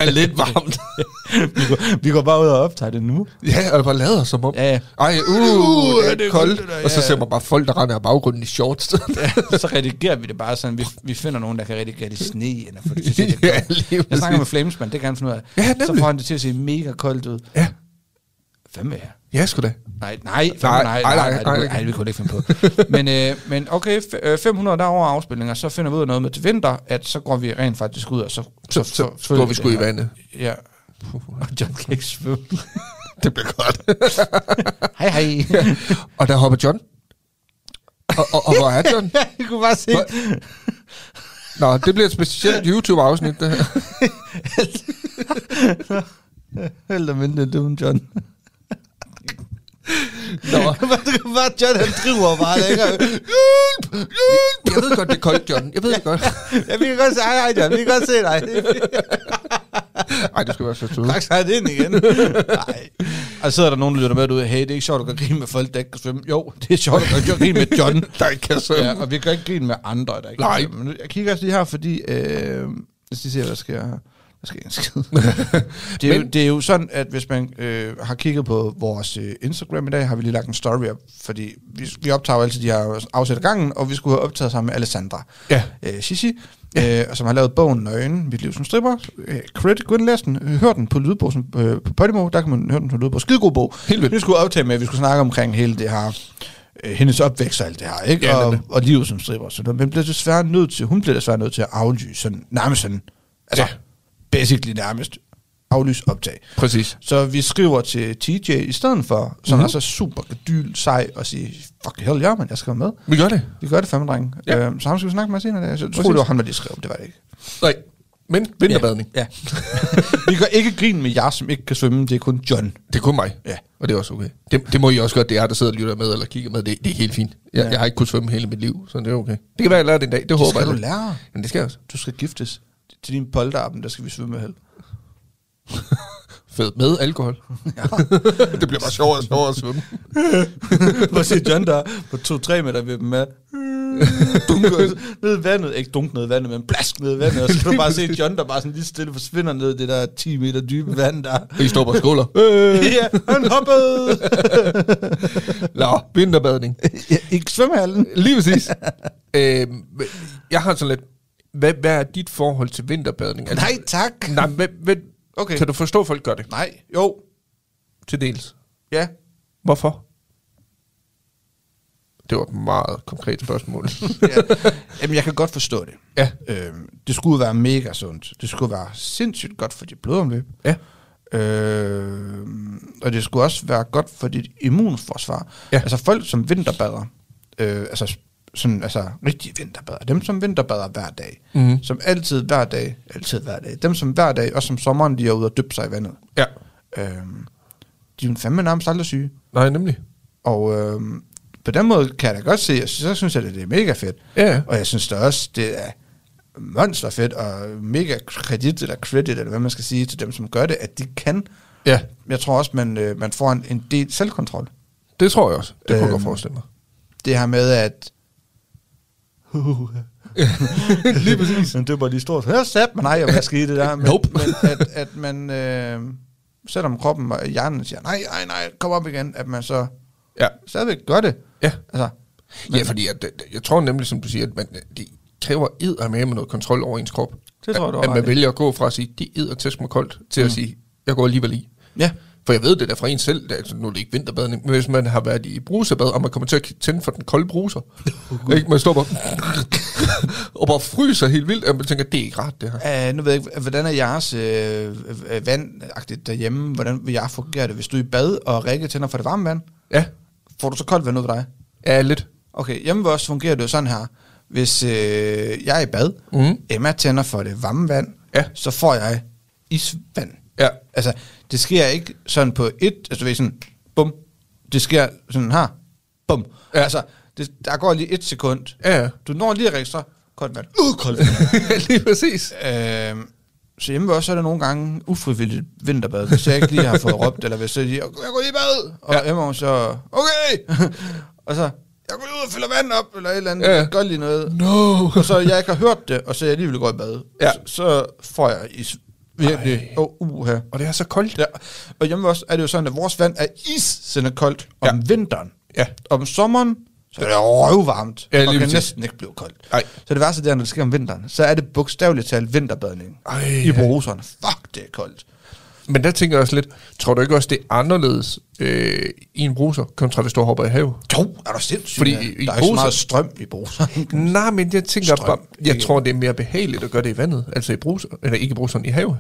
Er lidt varmt. *laughs* vi, går, vi går bare ud og optager det nu. ja, og bare lader som om. Ja, ja. Ej, uh, uh det er, det er koldt. koldt, det der, Og så ja. ser man bare folk, der render af baggrunden i shorts. så redigerer vi det bare sådan, vi, vi finder nogen, der kan redigere det i sne, eller få det *laughs* til at se lidt ja, koldt. lige Jeg snakker med præcis. Flamesman, det kan han finde ud af. Ja, så nemlig. får han det til at se mega koldt ud. Ja. Hvad med jer? Ja, sgu da. Nej, nej, nej, nej, nej, nej, nej, nej, nej, nej, vi kunne ikke finde på. men, øh, men okay, f- øh, 500 derovre afspilninger, så finder vi ud af noget med til vinter, at så går vi rent faktisk ud, og så... Så, så, så går vi sgu i vandet. Ja. Og John kan ikke svømme. *laughs* Det bliver godt. hej, hej. Og der hopper John. Og, og, og hvor er John? Jeg kunne bare se, Hvor- Nå, det bliver et specielt YouTube-afsnit, det her. Held og mindre, du John. Nå, *laughs* Hvad John, han driver bare længere. jeg ved godt, det er koldt, John. Jeg ved det godt. Ja, vi kan godt se, hej, hej, John, vi kan godt se dig. Ej, du skal være så sød. Trak sig ind *laughs* igen. Nej. Og så sidder der nogen, der lytter med ud. Hey, det er ikke sjovt at gøre grin med folk, der ikke kan svømme. Jo, det er sjovt at gøre grin med John. *laughs* Der ikke kan svømme. Ja, og vi gør ikke grin med andre, der ikke Nej. kan svømme. Men Jeg kigger også lige her, fordi... Øh, lad os lige se, hvad der sker her. Der sker *laughs* en skid. det, er jo, det er jo sådan, at hvis man øh, har kigget på vores øh, Instagram i dag, har vi lige lagt en story op, fordi vi, vi optager jo altid de her afsæt af gangen, og vi skulle have optaget sammen med Alessandra Ja. øh, Sissi, øh, som har lavet bogen Nøgen, Mit liv som stripper. Øh, credit, gå ind og læs den. Øh, Hør den på lydbog, som, øh, på Podimo, der kan man høre den på lydbog. Skidegod bog. Helt vildt. Vi skulle optage med, at vi skulle snakke omkring hele det her, øh, hendes opvækst og alt det her, ikke? Ja, og, nemlig. og livet som stripper. Så man bliver desværre nødt til, hun bliver desværre nødt til at aflyse sådan, nærmest sådan, altså, Ja. basically nærmest, aflyse optag. Præcis. Så vi skriver til TJ i stedet for, som Mhm. mm-hmm. er så super gadyl, sej og siger, fuck hell ja, men jeg skal være med. Vi gør det. Vi gør det fandme, drenge. Ja. Ja. Øhm, så ham skal vi snakke med senere. i dag. Jeg troede, Præcis. det var ham, der lige skrev. Det var det ikke. Nej, men vinterbadning. Ja. vi gør ikke grin med jer, som ikke kan svømme. Det er kun John. Det er kun mig. Ja. Og det er også okay. Det, det må I også godt, det er jer, der sidder og lytter med eller kigger med. Det, det er helt fint. Jeg, ja. Ja. jeg har ikke kunnet svømme hele mit liv, så det er okay. Det kan være, jeg lærer det en dag. Det, håber skal jeg. du da. lære. Men det skal jeg også. Du skal giftes. Til din polterappen, der skal vi svømme held. Fed med alkohol. *laughs* det bliver bare sjovere og sjovere at svømme. *laughs* Hvor siger John der på 2-3 meter ved dem *laughs* med. Dunker ned i vandet. Ikke dunk ned i vandet, men blask ned i vandet. Og så kan du *laughs* bare se John, der bare sådan lige stille forsvinder ned i det der 10 meter dybe vand der. Og I står bare og *laughs* skåler. ja, han *laughs* hoppede. Nå, vinterbadning. *laughs* ja, I svømmehallen. Lige *laughs* præcis. øhm, jeg har sådan lidt... Hvad, hvad er dit forhold til vinterbadning? Altså, Nej, tak. Nej, men, men okay. Okay. kan du forstå, at folk gør det? Nej, jo. Til dels. Ja, Hvorfor? Det var et meget konkret *laughs* spørgsmål. ja. Jamen, jeg kan godt forstå det. ja. Øhm, det skulle være mega sundt. Det skulle være sindssygt godt for dit blodomløb. Ja. Øhm, og det skulle også være godt for dit immunforsvar. Ja. Altså folk, som vinterbader, øh, altså, sådan, altså rigtige vinterbader, dem som vinterbader hver dag, Mhm. som altid hver dag, altid hver dag, dem som hver dag, også som sommeren, de er ude og dyppe sig i vandet, Ja. øhm, de er jo fandme nærmest aldrig syge. Nej, nemlig. Og øhm, på den måde kan jeg da godt se, at så synes jeg, at det er mega fedt. Ja. Og jeg synes da også, det er monster fedt og mega kredit eller credit, eller hvad man skal sige til dem, som gør det, at de kan. Ja, Men Jeg tror også, man, øh, man får en, en del selvkontrol. det tror jeg også. Det kunne jeg Øhm. godt forestille mig. Det her *laughs* med, at... lige præcis. Men det var lige stort. Hør, sat mig. Nej, jeg vil skide det der. Men, Nope. men at, at man... Øh, selvom kroppen og hjernen siger, nej, nej, nej, kom op igen, at man så Ja. stadigvæk gør det. Ja. Altså, Ja, fordi jeg, jeg tror nemlig, som du siger, at man, øh, de kræver edder med med noget kontrol over ens krop. Det tror jeg, du har At, at ret man i. vælger at gå fra at sige, det edder tæsk mig koldt, til mm. at sige, jeg går alligevel i. ja. For jeg ved det der fra en selv, der, altså, nu er det ikke vinterbadning, men hvis man har været i brusebad, og man kommer til at tænde for den kolde bruser, *laughs* oh, ikke? man står bare *laughs* og bare fryser helt vildt, og man tænker, det er ikke rart det her. Uh, nu ved jeg ikke, hvordan er jeres øh, øh, vandagtigt derhjemme? Hvordan vil jeg fungere det? Hvis du er i bad og Rikke tænder for det varme vand, Ja, får du så koldt vand ud ved dig? ja lidt. *laughs* Okay, hjemme ved os fungerer det jo sådan her. Hvis øh, jeg er i bad, Mhm. mm. Emma tænder for det varme vand, Ja. så får jeg isvand. Ja. Altså, det sker ikke sådan på et, altså du ved sådan, bum, det sker sådan her, bum. Ja. Ja. Altså, det, der går lige et sekund. Ja, ja. Du når lige at registrere, koldt vand, uh, koldt vand. lige præcis. Øh, så hjemme ved os er der nogle gange ufrivilligt vinterbad, hvis jeg ikke lige har fået råbt, eller hvis jeg lige, jeg går lige i bad, og ja. Emma hun så, okay, *laughs* og så, jeg går lige ud og fylder vand op, eller et eller andet, Ja. ja. gør lige noget, No. og så jeg ikke har hørt det, og så jeg alligevel går i bad, Ja. så, så får jeg is, virkelig, og uha. Og det er så koldt. Ja. Og hjemme ved os er det jo sådan, at vores vand er isende koldt om Ja. vinteren. Ja. Om sommeren, så er det røvvarmt, Ja, ja, lige og kan præcis. næsten ikke blive koldt. Nej. Så det værste det er, når det sker om vinteren, så er det bogstaveligt talt vinterbadning Ej, i bruseren. Fuck, det er koldt. Men der tænker jeg også lidt, tror du ikke også, det er anderledes øh, i en bruser, kontra hvis du hopper i havet? Jo, er du sindssyg? Fordi mand? i- der er i ikke så bruseren- meget strøm i bruseren. Nej, men jeg tænker Strøm. bare, jeg tror, det er mere behageligt at gøre det i vandet, altså i bruser, eller ikke i bruseren, i havet.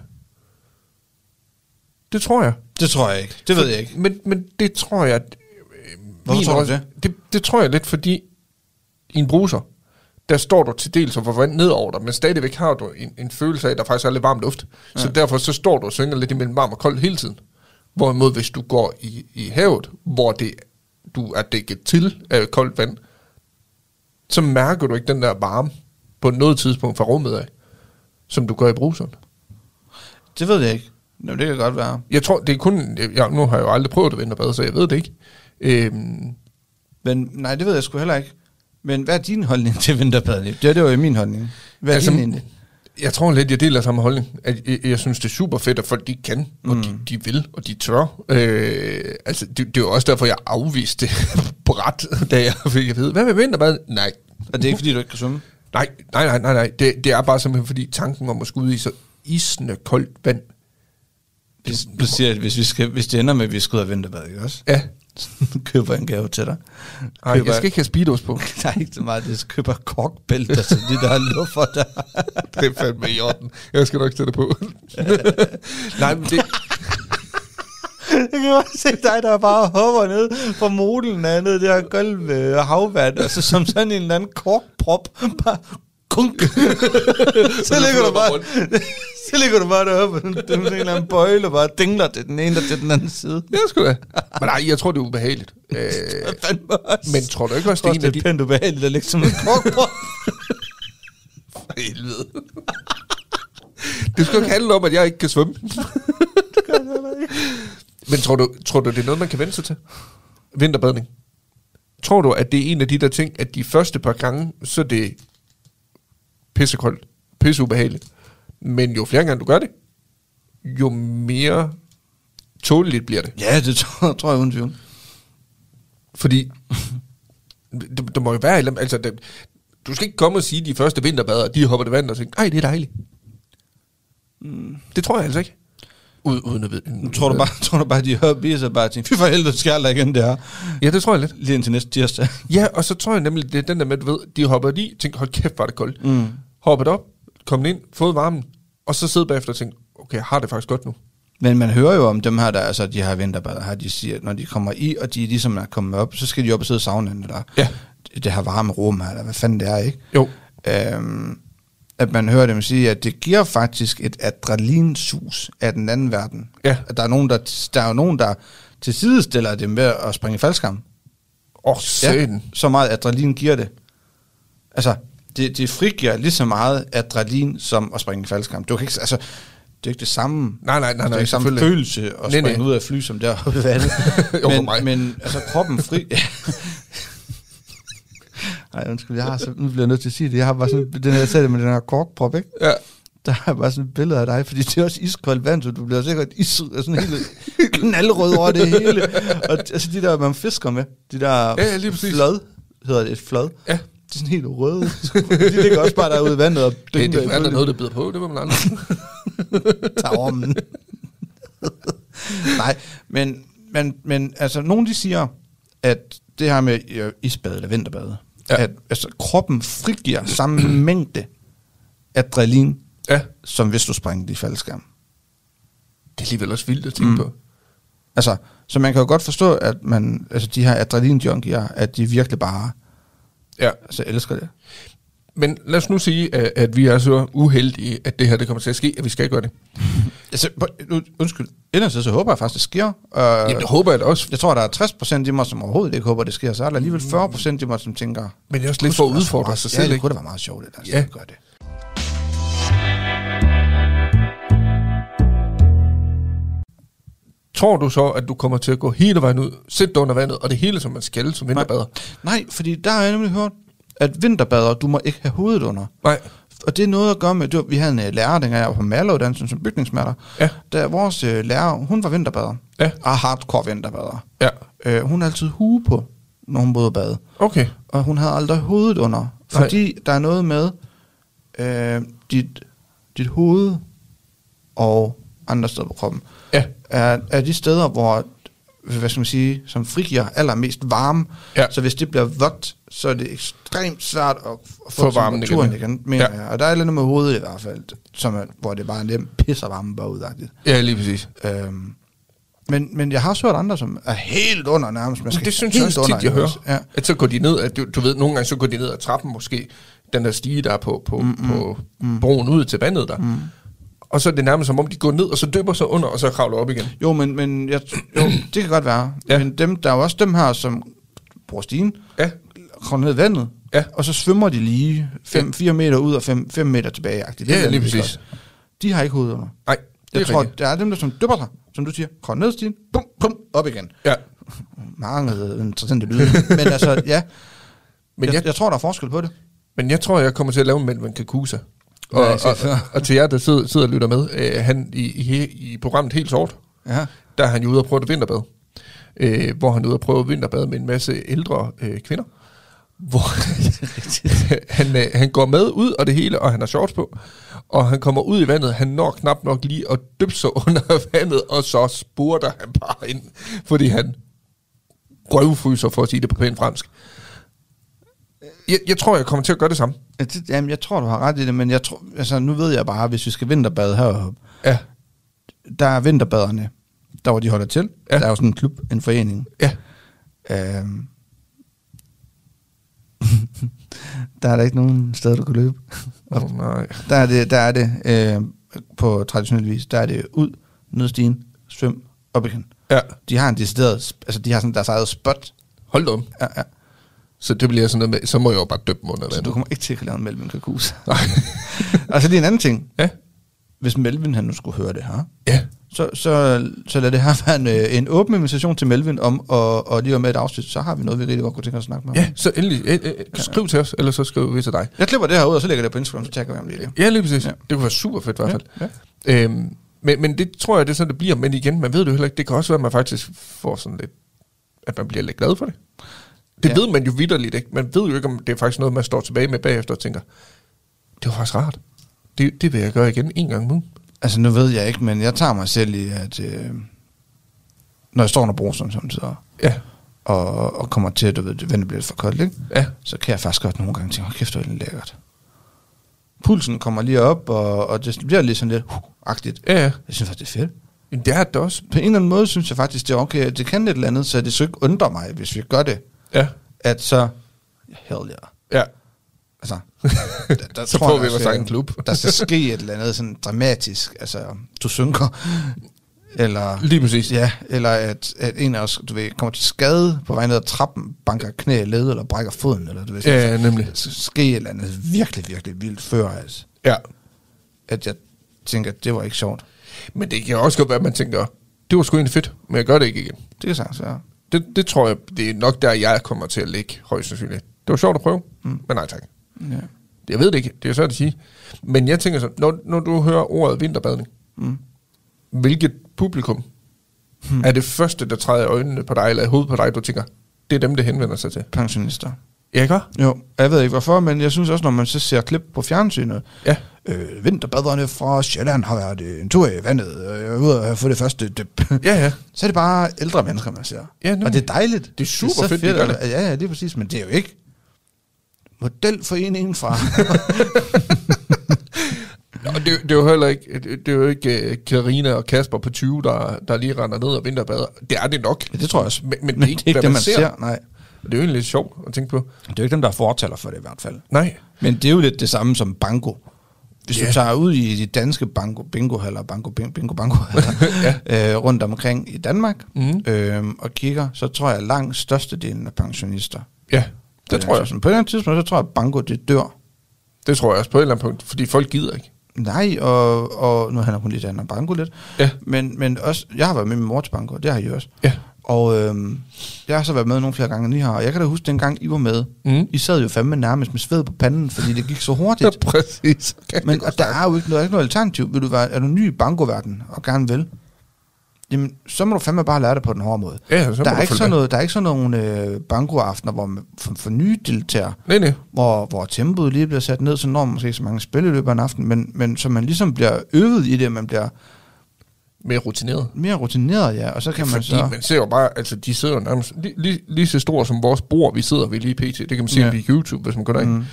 Det tror jeg. *laughs* det tror jeg ikke. Det ved jeg ikke. Men, men det tror jeg... at, øh, Hvorfor min tror du også- det? det? Det tror jeg lidt, fordi i en bruser, der står du til dels og får vand ned over dig, men stadigvæk har du en, en følelse af, at der faktisk er lidt varm luft. Ja. Så derfor så står du og synger lidt imellem varm og kold hele tiden. Hvorimod hvis du går i, i havet, hvor det du er dækket til af koldt vand, så mærker du ikke den der varme på noget tidspunkt fra rummet af, som du gør i bruseren. Det ved jeg ikke. Nå, det kan godt være. Jeg tror, det er kun... Jeg, nu har jeg jo aldrig prøvet at vinterbade, så jeg ved det ikke. Øhm, Men nej, det ved jeg sgu heller ikke. Men hvad er din holdning til vinterbadning? Det, det var jo min holdning. Hvad er altså, din egentlig? Jeg tror lidt, jeg deler samme holdning. At jeg, jeg synes, det er super fedt, at folk de kan, og mm. de, de vil, og de tør. Øh, altså, det, det er jo også derfor, jeg afviste det *laughs* bræt, da jeg fik at vide, hvad med vinterbad? Nej. Er det ikke, fordi du ikke kan svømme? Nej, nej, nej, nej, nej. Det, det er bare simpelthen, fordi tanken om at skulle ud i så isende koldt vand. Hvis, du siger, at hvis, vi skal, hvis det ender med, at vi skal ud og vinterbade, ikke også? Ja. køber en gave til dig. Ej, jeg skal ikke have speedos på. *laughs* Der er ikke så meget, det er, køber korkbælter til de der luffer der. *laughs* Det er fandme i orden. Jeg skal nok sætte det på. *laughs* nej, men det, *laughs* Jeg kan bare se dig, der bare hopper ned fra modulen af ned i det her gulv øh, havvand, og så som sådan en eller anden korkprop, bare *laughs* kunk. så ligger du bare, *laughs* så ligger du bare deroppe, og den- den en eller anden bøjle, og bare dingler til den ene og til den anden side. det sgu da. Men nej, jeg tror, det er ubehageligt. *laughs* Øh, Fandme også. men tror du ikke også, det er, det er en af de... det er pænt ubehageligt at ligge som en *laughs* korkprop. Helvede. Det skal jo ikke handle om, at jeg ikke kan svømme. Men tror du, tror du, det er noget, man kan vende sig til? Vinterbadning. Tror du, at det er en af de der ting, at de første par gange, så er det pissekoldt, pisseubehageligt. Men jo flere gange du gør det, jo mere tåleligt bliver det. ja, det tror, tror jeg uden tvivl. Fordi *laughs* der, der må jo være et eller andet- altså, der, du skal ikke komme og sige, at de første vinterbader, de hopper det vand og tænker, ej, det er dejligt. Mm. Det tror jeg altså ikke. Ud, uden at vide. Tror du bare, tror du bare de hører bier, så bare tænker, fy for helvede, skal jeg igen det her. Ja, det tror jeg lidt. Lige indtil næste tirsdag. Ja, og så tror jeg nemlig, det er den der med, du ved, de hopper i, tænker, hold kæft, var det koldt. Mm. Hoppet op, kommet ind, fået varmen, og så sidder bagefter og tænker, okay, jeg har det faktisk godt nu. Men man hører jo om dem her, der altså, de har vinterbader her, de siger, at når de kommer i, og de ligesom er kommet op, så skal de op og sidde i saunaen, eller Ja. det her varme rum her, eller hvad fanden det er, ikke? Jo. Øhm, at man hører dem sige, at det giver faktisk et adrenalinsus af den anden verden. Ja. At der er nogen, der, der er jo nogen, der tilsidestiller dem ved at springe i faldskærm. Åh, ja. så meget adrenalin giver det. Altså, det, det frigiver lige så meget adrenalin som at springe i faldskærm. Du kan ikke, altså, det er ikke det samme. Nej, nej, nej, det er nej, ikke samme selvfølgelig. følelse at Nej, springe nej. ud af et fly, som der oppe i vandet. *laughs* Jo, for men, mig. men altså, kroppen *laughs* fri... Nej, undskyld, jeg har så, nu bliver jeg nødt til at sige det. Jeg har bare sådan, den her, jeg sagde det med den her korkprop, ikke? Ja. Der har jeg bare sådan et billede af dig, fordi det er også iskoldt vand, så du bliver sikkert is, og sådan helt knaldrød over det hele. Og d- altså de der, man fisker med, de der Ja, ja, lige præcis. flod, hedder det et flod. Ja. De er sådan helt røde. de ligger også bare derude i vandet og Det, det, dynger i det er der bølgen. noget, der bider på, det må man aldrig. *laughs* tager ormen. *laughs* Nej, men, men, men altså, nogen de siger, at det her med øh, isbad eller vinterbade, Ja. ja. at altså, kroppen frigiver samme *clears throat* mængde adrenalin, ja. som hvis du sprængte i faldskærm. Det er alligevel også vildt at tænke mm. på. Altså, så man kan jo godt forstå, at man, altså, de her adrenalin-junkier, at de virkelig bare Ja. altså, elsker det. Men lad os nu sige, at, at vi er så uheldige, at det her det kommer til at ske, at vi skal gøre det. Altså, på- nu- undskyld, ellers så håber jeg faktisk, det sker. Øh, Jamen, det håber jeg da også, jeg tror, der er 60% i mig, som overhovedet ikke håber, det sker, så er der alligevel 40% i mig, som tænker, men det er også lidt for at udfordre sig selv. altså, Ja, Mm. det Ikke? kunne da være meget sjovt, at Ja. ja. gør det. Tror du så, at du kommer til at gå hele vejen ud, sætte dig under vandet, og det hele, som man skal som vinterbader? Nej, fordi der har jeg nemlig hørt, at vinterbader, du må ikke have hovedet under. Nej. Og det er noget at gøre med, det var, vi havde en øh, lærer, dengang jeg var på Maleruddanelsen som bygningsmaler. Ja. Der vores øh, lærer, hun var vinterbader. Ja. Og hardcore vinterbader. Ja. Øh, hun havde altid hue på, når hun både bad. Okay. Og hun havde aldrig hovedet under. Fordi Nej. der er noget med øh, dit, dit hoved og andre steder på kroppen. Ja. er, er de steder, hvor hvad skal man sige, som frigiver allermest varme. Ja. Så hvis det bliver vådt, så er det ekstremt svært at, at Få få varmen varmen igen. igen. igen mener Ja. ja. jeg. Og der er et eller andet med hovedet i hvert fald, som er, hvor det bare er nemt pisser varmen bare ud. Ja, lige præcis. Øhm, men, men jeg har også hørt andre, som er helt under nærmest. Man skal Det synes jeg helt også tit, under, jeg ikke også? hører. Ja. At så går de ned, at du, du ved, nogle gange så går de ned ad trappen måske, den der stige, der er på, på, mm, på broen ud til vandet der. Mm. Og så er det nærmest som om, de går ned, og så dypper sig under, og så kravler op igen. Jo, men, men jeg, jo, det kan godt være. Ja. Ja. Men dem, der er jo også dem her, som bruger stigen, Ja. kommer ned i vandet, Ja. og så svømmer de lige 5-4 meter ud og 5 meter tilbage. Det ved Ja, lige jeg nemlig præcis. godt. De har ikke hovedet under. Nej, det Jeg er tror, rigtigt. der er dem, der som dypper sig, som du siger, kommer ned i stigen, bum, bum, op igen. Ja. Mange øh, *laughs* interessante lyde. Men altså, ja, Men jeg, jeg, jeg, jeg tror, der er forskel på det. Men jeg tror, jeg kommer til at lave en mand med en kakusa. Og, Nej, og, se. og, og til jer, der sidder, sidder og lytter med, øh, han i, i, he- i programmet Helt Sort, Ja. der er han jo ude og prøve et vinterbad. Øh, hvor han er ude og prøve vinterbad med en masse ældre øh, kvinder. Hvor *laughs* han, øh, han går med ud og det hele, og han har shorts på. Og han kommer ud i vandet, han når knap nok lige at dyppe sig *laughs* under vandet, og så spurter han bare ind, fordi han røvfryser, for at sige det på pænt fransk. Jeg, jeg tror, jeg kommer til at gøre det samme. Ja, det- Jamen, jeg tror, du har ret i det, men jeg tror, altså, nu ved jeg bare, hvis vi skal vinterbade heroppe, Ja. der er vinterbaderne, der hvor de holder til. Ja. Ja. Der er jo sådan en klub, en forening. Ja. Øhm. *laughs* der er der ikke nogen sted, du kan løbe. Åh oh, nej. Der er det, der er det øh, på traditionel vis, der er det ud, ned stigen, svøm, op igen. Ja, De har en decideret, sp- altså de har sådan deres eget spot. hold da om. Ja, ja. Så det bliver sådan noget med, så må jeg jo bare døbe dem under Så du vandet. kommer ikke til at kunne lave en Melvin *laughs* Kakus. Nej. og så lige en anden ting. Ja. Hvis Melvin han nu skulle høre det her, Ja. så, så, så lad det her være en, øh, en åben invitation til Melvin om, og, og lige om et afsnit, så har vi noget, vi rigtig godt kunne tænke os at snakke med. ham. Ja, så endelig. Øh, øh, skriv til os, eller så skriver vi til dig. Jeg klipper det her ud, og så lægger jeg det på Instagram, så tagger vi ham lige det. Ja, lige præcis. Ja. Ja. Det kunne være super fedt i hvert fald. Ja, Ja. Øhm, men, men det tror jeg, det er sådan, det bliver. Men igen, man ved det jo heller ikke. Det kan også være, at man faktisk får sådan lidt, at man bliver lidt glad for det. Det ja. Ja. ved man jo vidderligt ikke. Man ved jo ikke, om det er faktisk noget, man står tilbage med bagefter og tænker, det var faktisk rart. Det, det vil jeg gøre igen en gang om ugen. Altså nu ved jeg ikke, men jeg tager mig selv i, at øh, når jeg står under bruseren samtidig, og- Ja, og, og kommer til, at du ved, det vand bliver lidt for koldt, ikke? ja, så kan jeg faktisk godt nogle gange tænke, hold kæft, det er lækkert. Pulsen kommer lige op, og, og det bliver lige sådan lidt huh-agtigt. ja. ja. Jeg synes faktisk, det er fedt. Men det er det også. På en eller anden måde synes jeg faktisk, det er okay, at det kan et eller andet, så det så ikke undrer mig, hvis vi gør det, Ja, at så, hell yeah. ja. *laughs* Altså, der, der Så tror får jeg, vi der vores skal- egen klub. der skal ske et eller andet sådan dramatisk. Altså, du synker. Eller, Lige præcis. ja, eller at, at en af os du ved, kommer til skade på vej ned ad trappen, banker knæ i led, eller brækker foden, eller du ved, sådan- Ja, nemlig. Der skal ske et eller andet virkelig, virkelig vildt før, altså, Ja. at jeg tænker, at det var ikke sjovt. Men det kan også godt være, at man tænker, det var sgu egentlig fedt, men jeg gør det ikke igen. Det kan sagtens være. Det, det tror jeg, det er nok der, jeg kommer til at ligge højst sandsynligt. Det var sjovt at prøve, mm. men nej tak. Ja. Jeg ved det ikke, det er svært at sige. Men jeg tænker så, når, når du hører ordet vinterbadning, Mm. hvilket publikum mm. er det første, der træder i øjnene på dig, eller i hovedet på dig, du tænker, det er dem, det henvender sig til? Pensionister. Ja, ikke? Jo, og jeg ved ikke hvorfor, men jeg synes også, når man så ser klip på fjernsynet, Ja. øh, vinterbaderne fra Sjælland har været øh, en tur i vandet, øh, og jeg er ude og få det første dip. Ja, ja. så er det bare ældre mennesker, man ser. Ja, nemlig. og det er dejligt. Det er super så fedt, de gør at- Ja, ja, det er præcis, men det er jo ikke modelforeningen fra... Og det, det er jo heller ikke, det er jo ikke øh, Karina og Kasper på 20, der, der lige render ned og vinterbader. Det er det nok. *laughs* ja, det tror jeg også. Men, men, det er ikke, hvad man ser. Nej, Det er jo egentlig lidt sjovt at tænke på. det er jo ikke dem, der er fortaler for det i hvert fald. Nej. Men det er jo lidt det samme som banko. Hvis yeah. Ja. du tager ud i de danske banko, bingo eller banko, bingo, bingo, banko *laughs* ja. øh, rundt omkring i Danmark Mhm. mm. øh, og kigger, så tror jeg langt størstedelen af pensionister. øh, Ja, det tror jeg. Sådan, På et eller andet tidspunkt, så tror jeg, at banko det dør. Det tror jeg også på et eller andet punkt, fordi folk gider ikke. Nej, og, og nu handler hun lidt om banko lidt. Ja. Men, men også, jeg har været med min mor til banko, det har I også. Ja. Og øh, jeg har så været med nogle flere gange, end I har. Og jeg kan da huske, dengang I var med, Mhm. I sad jo fandme nærmest med sved på panden, fordi det gik så hurtigt. *laughs* præcis. Okay, det Men går og der stærkt. er jo ikke noget, ikke noget alternativ. Vil du være, er du ny i bankoverdenen og gerne vil, jamen, så må du fandme bare lære det på den hårde måde. Ja, så Der er, ikke sådan noget. noget, der er ikke sådan nogle øh, bankoaftener, hvor man for, for nye deltager, Nej, nej. hvor, hvor tempoet lige bliver sat ned, så når man måske ikke så mange spil i løbet af en aften, men, men så man ligesom bliver øvet i det, man bliver Mere rutineret. mere rutineret, ja, og så kan man Fordi så... man ser jo bare, altså de sidder jo nærmest lige, lige, lige så store som vores bord, vi sidder ved lige pt. Det kan man se Ja. ja. på YouTube, hvis man går derind. Mm.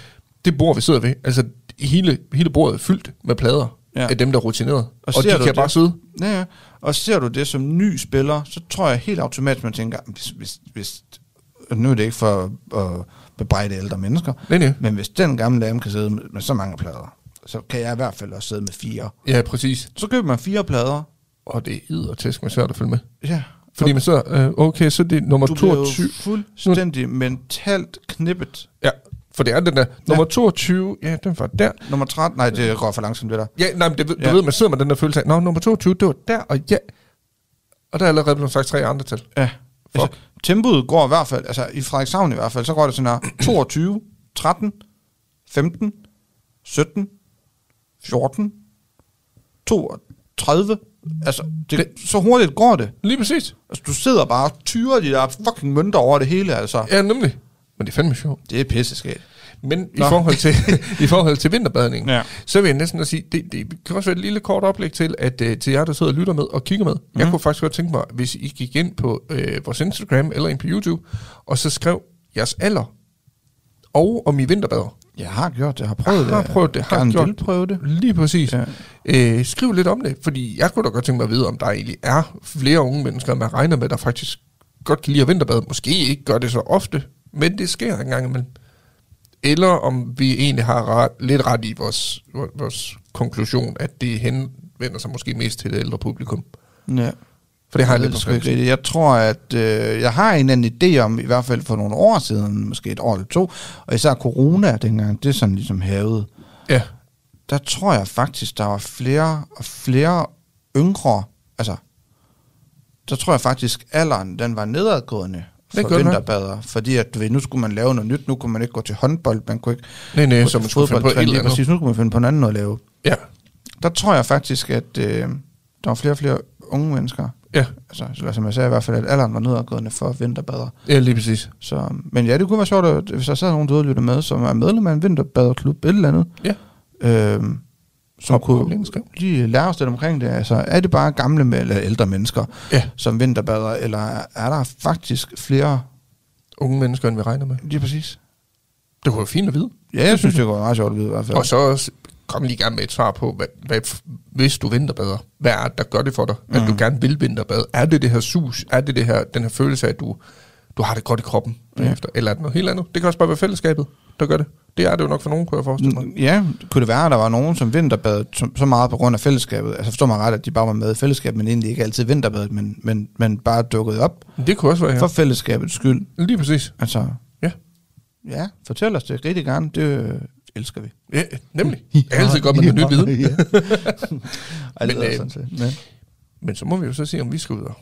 Det bord, vi sidder ved, altså hele, hele bordet er fyldt med plader ja. Ja. af dem, der er rutineret. Og, og de ser kan du det? det? bare sidde. Ja, ja. Og ser du det som ny spiller, så tror jeg helt automatisk, man tænker, hvis, hvis, hvis og nu er det ikke for at bebrejde ældre mennesker, Nej, nej. Men hvis den gamle dame kan sidde med, med så mange plader, så kan jeg i hvert fald også sidde med fire. Ja, præcis. Så køber man fire plader. Og det er eddertæsk med svært at følge med. Ja. Fordi man så, øh, okay, så er det nummer Du blev jo 22. fuldstændig mentalt knippet. Ja, for det er den der. Nummer 22, ja, den var der. Nummer 13, nej, det går for langsomt, det der. Ja, nej, men det, ved- du Ja. ved, man sidder med den der følelse af, nå, nummer 22, det var der, og ja. Og der er allerede blevet sagt tre andre til. Ja. Altså, tempoet går i hvert fald, altså i Frederikshavn i hvert fald, så går det sådan her 22, 13, 15, 17, 14, 32. Altså, Det- det, det. så hurtigt går det. Lige præcis. Altså, du sidder bare og tyrer de der fucking mønter over det hele, altså. Ja, nemlig. Men det er fandme sjovt. Det er pisseskægt. Men i Nå. forhold, til, *laughs* i forhold til vinterbadning, Ja. så vil jeg næsten at sige, det, det kan også være et lille kort oplæg til, at øh, til jer, der sidder og lytter med og kigger med. Mm. Jeg Mhm. kunne faktisk godt tænke mig, hvis I gik ind på øh, vores Instagram eller ind på YouTube, og så skrev jeres alder og om I vinterbader. Jeg har gjort det, jeg har prøvet det. har prøvet det, har gerne gjort vil prøve det. Lige præcis. Ja. Ja. Øh, skriv lidt om det, fordi jeg kunne da godt tænke mig at vide, om der egentlig er flere unge mennesker, man regner med, der faktisk godt kan lide at vinterbade. Måske ikke gør det så ofte, men det sker en gang imellem. Eller om vi egentlig har ret, lidt ret i vores, vores konklusion, at det henvender sig måske mest til det ældre publikum. Ja. For det har jeg lidt Jeg, ved på sgu ikke fornemmelsen. rigtigt. jeg tror, at øh, jeg har en anden idé om, i hvert fald for nogle år siden, måske et år eller to, og især corona dengang, det er sådan ligesom hævet. Ja, Der tror jeg faktisk, der var flere og flere yngre, altså, der tror jeg faktisk, alderen den var nedadgående Det for gør den, ja. vinterbader, fordi at, du ved, nu skulle man lave noget nyt, nu kunne man ikke gå til håndbold, man kunne ikke nej, nej, gå så til man skulle finde på et Ja, lige eller andet. Præcis, nu kunne man finde på en anden noget at lave. Ja, Der tror jeg faktisk, at øh, der var flere og flere unge mennesker, ja, altså, eller som jeg sagde i hvert fald, at alderen var nedadgående for vinterbader. ja, lige præcis. Så, men ja, det kunne være sjovt, at, hvis der sidder nogen derude og lytter med, som er medlem af en vinterbaderklub, et eller andet, Ja. øh, som Og prøv lige kunne at skrive. lige lære os lidt omkring det. Altså, er det bare gamle men- eller ældre mennesker, Ja. som vinterbader, eller er er der faktisk flere? Unge mennesker, end vi regner med. Lige præcis. Det kunne være fint at vide. Ja, jeg synes, det kunne være meget sjovt at vide i hvert fald. Og så også, kom lige gerne med et svar på, hvad, hvad, hvis du vinterbader, hvad er det, der gør det for dig? At Mm. du gerne vil vinterbade? Er det det her sus? Er det, det her, den her følelse af, at du, du har det godt i kroppen derefter? Eller er det noget helt andet? Det kan også bare være fællesskabet, der gør det. Det er det jo nok for nogen, kunne jeg forestille mig. N- Ja, kunne det være, at der var nogen, som vinterbad så meget på grund af fællesskabet? Altså forstår mig ret, at de bare var med i fællesskabet, men egentlig ikke altid vinterbadet, men, men, men bare dukkede op Det kunne også være ja. her. for fællesskabets skyld. Lige præcis. Altså, Ja. ja, fortæl os det rigtig gerne, det øh, elsker vi. ja nemlig. Jeg er altid godt med noget nyt viden. *laughs* ja. *laughs* Ej, det Men, men, øh, øh, sådan set. Men, Men så må vi jo så se, om vi skal ud og...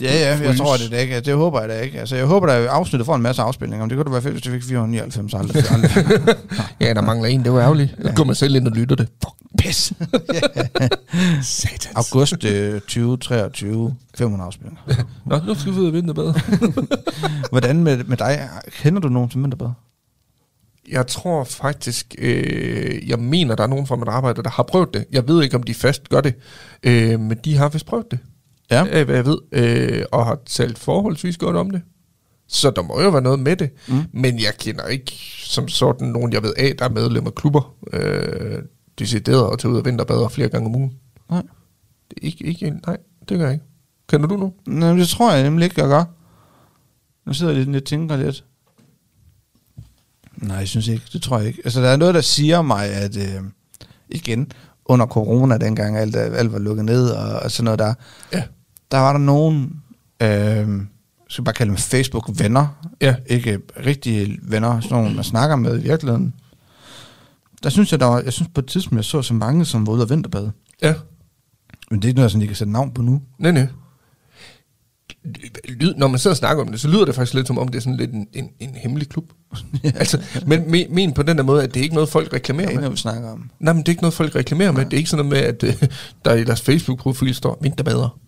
ja, ja, jeg fryse. tror det da ikke. Det håber jeg da ikke. Altså, jeg håber da, at afsnittet får en masse afspilninger. Men det kunne da være fedt, hvis det fik 499 aldrig. aldrig. *laughs* Ja, der mangler en, det var ærgerligt. Ja. Går man selv ind og lytter det. Fuck, pis. Satans. August øh, 2023, 500 afspilninger. Nå, nu skal vi ud og vinterbade. Hvordan med, med dig? Kender du nogen til vinterbad? Jeg tror faktisk, øh, jeg mener, der er nogen fra mit arbejde, der har prøvet det. Jeg ved ikke, om de fast gør det, øh, men de har vist prøvet det, Ja. af hvad jeg ved, øh, og har talt forholdsvis godt om det. Så der må jo være noget med det, mm. men jeg kender ikke som sådan nogen, jeg ved af, der er medlem af klubber, øh, decideret at tage ud og vinterbader flere gange om ugen. Nej. Det er ikke, ikke, en- nej, det gør jeg ikke. Kender du nogen? Nej, men det tror jeg nemlig ikke, jeg gør. Nu sidder jeg lidt lidt og tænker lidt. Nej, jeg synes ikke. Det tror jeg ikke. Altså, der er noget, der siger mig, at øh, igen, under corona dengang, alt, er- alt var lukket ned og, og sådan noget der, Ja. der var der nogen, øh, jeg skal bare kalde dem Facebook-venner, Ja. ikke rigtige venner, sådan nogle, man snakker med i virkeligheden. Der synes jeg, der var, jeg synes på et tidspunkt, jeg så så mange, som var ude og vinterbade. Ja. Men det er ikke noget, jeg sådan, I kan sætte navn på nu. Nej, nej. Lyd, når man sidder og snakker om det, så lyder det faktisk lidt som om, det er sådan lidt en, en, en hemmelig klub. altså, men me, men på den der måde, at det er ikke noget, folk Jeg reklamerer aner, med. hvad vi snakker om. Nej, men det er ikke noget, folk reklamerer med. Det er ikke sådan noget med, at øh, der i deres Facebook-profil står vinterbader.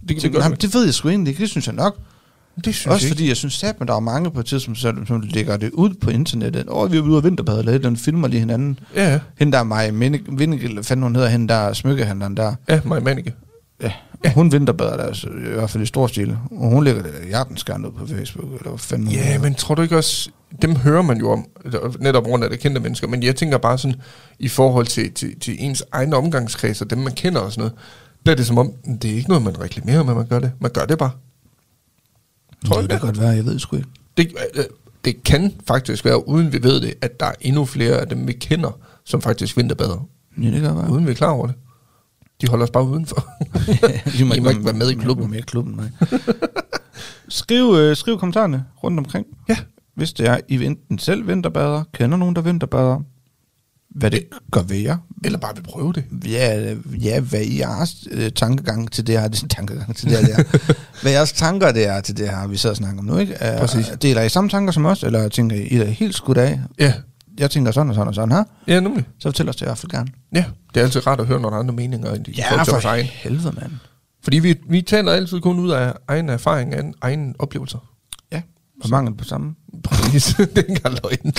Det, det, Det, gør nej, det, men det ved jeg sgu egentlig ikke, det synes jeg nok. det Synes synes Også jeg ikke. fordi jeg synes at der er mange på et tidspunkt, som, som lægger det ud på internettet. Åh, vi er ude og vinterbade eller et eller andet, filmer lige hinanden. Ja, ja. Hende der er Maja Vindegil, fanden hun hedder, hende der er smykkehandleren der. ja, Maja Manike. Ja. ja. Hun vinterbader der, altså, i hvert fald i stor stil. Og hun lægger det der hjertenskærn ud på Facebook, eller hvad fanden hun Ja, hedder. men tror du ikke også, dem hører man jo om, eller netop rundt af det kendte mennesker, men jeg tænker bare sådan, i forhold til, til, til ens egne omgangskreds og dem, man kender og sådan noget, der er det som om, det er ikke noget, man reklamerer med, man gør det. Man gør det bare. Tror du det kan det? da godt være, jeg ved sgu ikke. Det, øh, det kan faktisk være, uden vi ved det, at der er endnu flere af dem, vi kender, som faktisk vinterbader, Ja, det kan godt være. uden vi er klar over det. De holder os bare *laughs* udenfor. *laughs* I I må ikke være med i klubben. Med i klubben nej. *laughs* skriv, øh, skriv kommentarerne rundt omkring. Ja. Hvis det er, I enten selv vinterbader, kender nogen, der vinterbader, hvad det gør ved jer. Eller bare vil prøve det. Ja, øh, ja hvad I jeres øh, tankegang til det her, det er tankegang til det her, *laughs* det er. hvad jeres tanker det er til det her, vi sidder og snakker om nu, ikke? Er- Præcis. Deler I samme tanker som os, eller tænker I, I er helt skudt af? Ja, Jeg tænker sådan og sådan og sådan her. ja nemlig. Så fortæl os det i hvert fald gerne. Ja, det er altid rart at høre nogle andre meninger, end de ja, får til vores egen. helvede, mand. Fordi vi, vi taler altid kun ud af egen erfaring, af egen oplevelser. Ja, og mangel på samme. Præcis, *laughs* det er ikke engang løgn.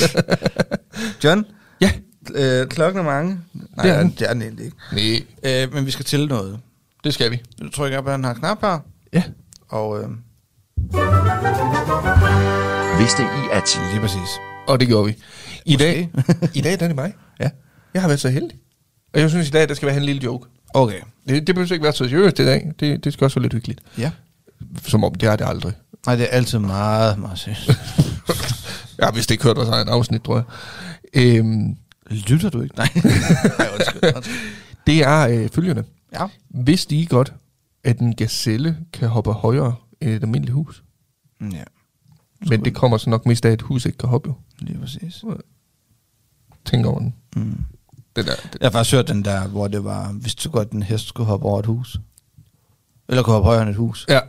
*laughs* John? Ja. Øh, klokken er mange. Nej, Det er den. det er den egentlig ikke. Nej, Øh, men vi skal til noget. det skal vi. Nu trykker jeg på den her knap her, Ja. og øh, Vidste I at... lige præcis. Og det gjorde vi. I dag, i dag der er det *laughs* mig. Ja. Jeg har været så heldig. Og jeg synes i dag, der skal være en lille joke. Okay. Det, det behøver ikke være så seriøst i dag. Det, det skal også være lidt hyggeligt. Ja. Som om det er det aldrig. Nej, det er altid meget, *laughs* meget seriøst. Jeg har vist ikke hørt vores egen afsnit, tror jeg. Øhm, Lytter du ikke? Nej. Nej, undskyld. undskyld. det er øh, følgende. Ja. Vidste I godt, at en gazelle kan hoppe højere end et almindeligt hus? Mm, Ja, Men det kommer så nok mest af, at et hus ikke kan hoppe. jo. lige præcis. Tænk over den. Mm. Det der, det, Jeg har faktisk hørt den der, hvor det var, hvis du godt en hest skulle hoppe over et hus. Eller kunne hoppe højere end et hus. ja.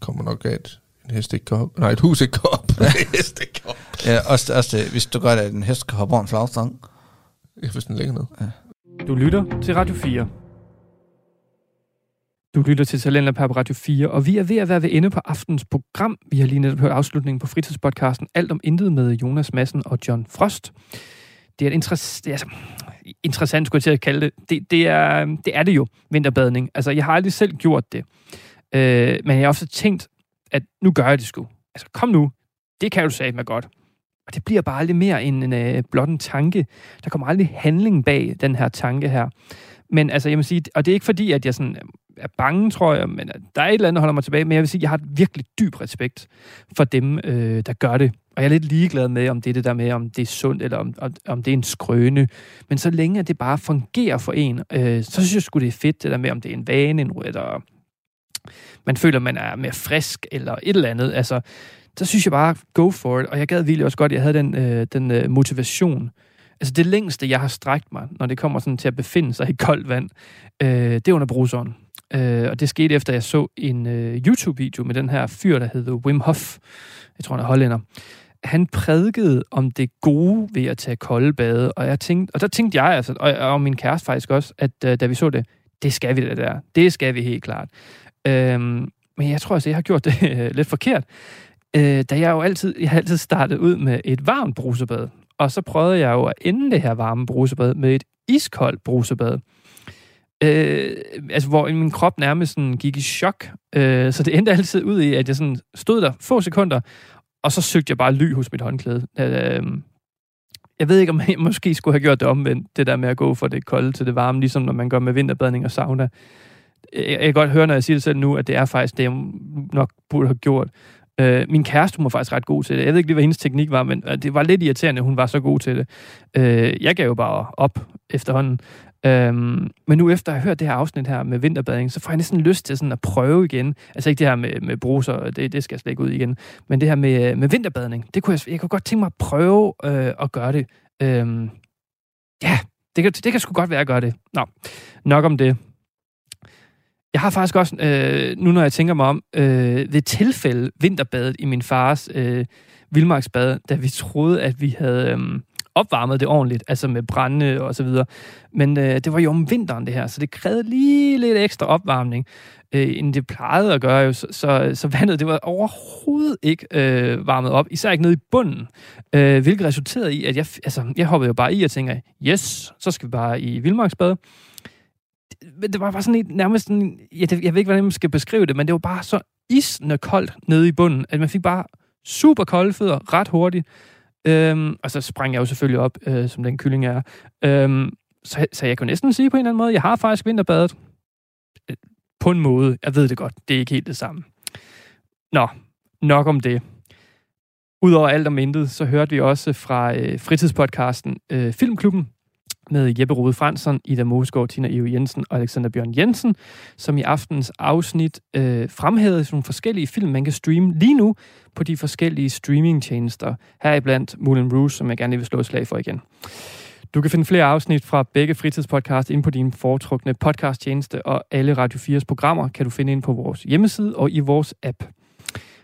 Kommer nok af, at en hest ikke kan hoppe. Nej, et hus ikke kan hoppe. *laughs* en hest ikke kan hoppe. Ja, også, også det, hvis du godt at en hest kan hoppe over en flagstang. Ja, hvis den ligger ned. Du lytter til Radio 4. Du lytter til Talenter på Radio 4, og vi er ved at være ved ende på aftens program. Vi har lige netop hørt afslutningen på fritidspodcasten Alt om Intet med Jonas Madsen og John Frost. Det er et interess- det er, altså, interessant, skulle jeg til at kalde det. Det, det, er, det er det jo, vinterbadning. Altså, jeg har aldrig selv gjort det. Øh, men jeg har ofte tænkt, at nu gør jeg det sgu. Altså, kom nu. Det kan du sige mig godt. Og det bliver bare aldrig mere end en, øh, blot en tanke. Der kommer aldrig handling bag den her tanke her. Men altså, jeg vil sige, og det er ikke fordi, at jeg sådan er bange, tror jeg, men der er et eller andet, der holder mig tilbage, men jeg vil sige, jeg har et virkelig dyb respekt for dem, øh, der gør det. Og jeg er lidt ligeglad med, om det er det der med, om det er sundt, eller om, om, om det er en skrøne. Men så længe at det bare fungerer for en, øh, så synes jeg sgu, det er fedt, det der med, om det er en vane, en- eller man føler, man er mere frisk, eller et eller andet. Altså, så synes jeg bare, go for it. Og jeg gad virkelig også godt, at jeg havde den, øh, den øh, motivation Altså det længste, jeg har strækt mig, når det kommer sådan til at befinde sig i koldt vand, øh, det er under bruseren. Øh, og det skete efter, jeg så en øh, YouTube-video med den her fyr, der hedder Wim Hof. Jeg tror, han er hollænder. Han prædikede om det gode ved at tage kolde bade, og, jeg tænkte, og der tænkte jeg, altså, og, og min kæreste faktisk også, at øh, da vi så det, det skal vi det der. Det skal vi helt klart. Øhm, men jeg tror altså, jeg har gjort det øh, lidt forkert. Øh, da jeg jo altid, jeg har altid startet ud med et varmt brusebad. Og så prøvede jeg jo at ende det her varme brusebad med et iskoldt brusebad. Øh, altså, hvor min krop nærmest sådan gik i chok. Øh, så det endte altid ud i, at jeg sådan stod der få sekunder, og så søgte jeg bare ly hos mit håndklæde. Øh, jeg ved ikke, om jeg måske skulle have gjort det omvendt, det der med at gå fra det kolde til det varme, ligesom når man går med vinterbadning og sauna. Jeg, jeg kan godt høre, når jeg siger det selv nu, at det er faktisk det, jeg nok burde have gjort. Øh, min kæreste hun var faktisk ret god til det. Jeg ved ikke lige, hvad hendes teknik var, men øh, det var lidt irriterende, at hun var så god til det. Øh, jeg gav jo bare op efterhånden. Øhm, men nu efter at have hørt det her afsnit her med vinterbadning, så får jeg næsten lyst til sådan at prøve igen. Altså ikke det her med, med bruser, det, det skal jeg slet ikke ud i igen. Men det her med, øh, med vinterbadning, det kunne jeg, jeg kunne godt tænke mig at prøve øh, at gøre det. Øhm, ja, det kan, det kan sgu godt være at gøre det. Nå, nok om det. Jeg har faktisk også, øh, nu når jeg tænker mig om, øh, ved tilfælde vinterbadet i min fars øh, vildmarksbad, da vi troede, at vi havde øh, opvarmet det ordentligt, altså med brænde og så videre. Men øh, det var jo om vinteren det her, så det krævede lige lidt ekstra opvarmning, øh, end det plejede at gøre jo. Så, så, så vandet, det var overhovedet ikke øh, varmet op, især ikke nede i bunden. Øh, hvilket resulterede i, at jeg, f- altså, jeg hoppede jo bare i og tænker, yes, så skal vi bare i vildmarksbad men det var bare sådan et, nærmest sådan, ja, det, jeg ved ikke, hvordan man skal beskrive det, men det var bare så isende koldt nede i bunden, at man fik bare super kolde fødder ret hurtigt. Øhm, og så sprang jeg jo selvfølgelig op, øh, som den kylling jeg er. Øhm, så, så jeg kunne næsten sige på en eller anden måde, jeg har faktisk vinterbadet. Øh, På en måde. Jeg ved det godt. Det er ikke helt det samme. Nå, nok om det. Udover alt om intet, så hørte vi også fra øh, fritidspodcasten øh, Filmklubben, med Jeppe Rode Fransen, Ida Mosgaard, Tina Eve Jensen og Alexander Bjørn Jensen, som i aftens afsnit øh, fremhævede nogle forskellige film, man kan streame lige nu på de forskellige streamingtjenester. Heriblandt Moulin Rouge, som jeg gerne lige vil slå et slag for igen. Du kan finde flere afsnit fra begge fritidspodcast ind på din foretrukne podcasttjeneste, og alle Radio 4's programmer kan du finde ind på vores hjemmeside og i vores app.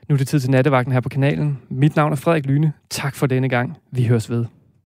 Nu er det tid til nattevagten her på kanalen. Mit navn er Frederik Lyne. Tak for denne gang. Vi høres ved.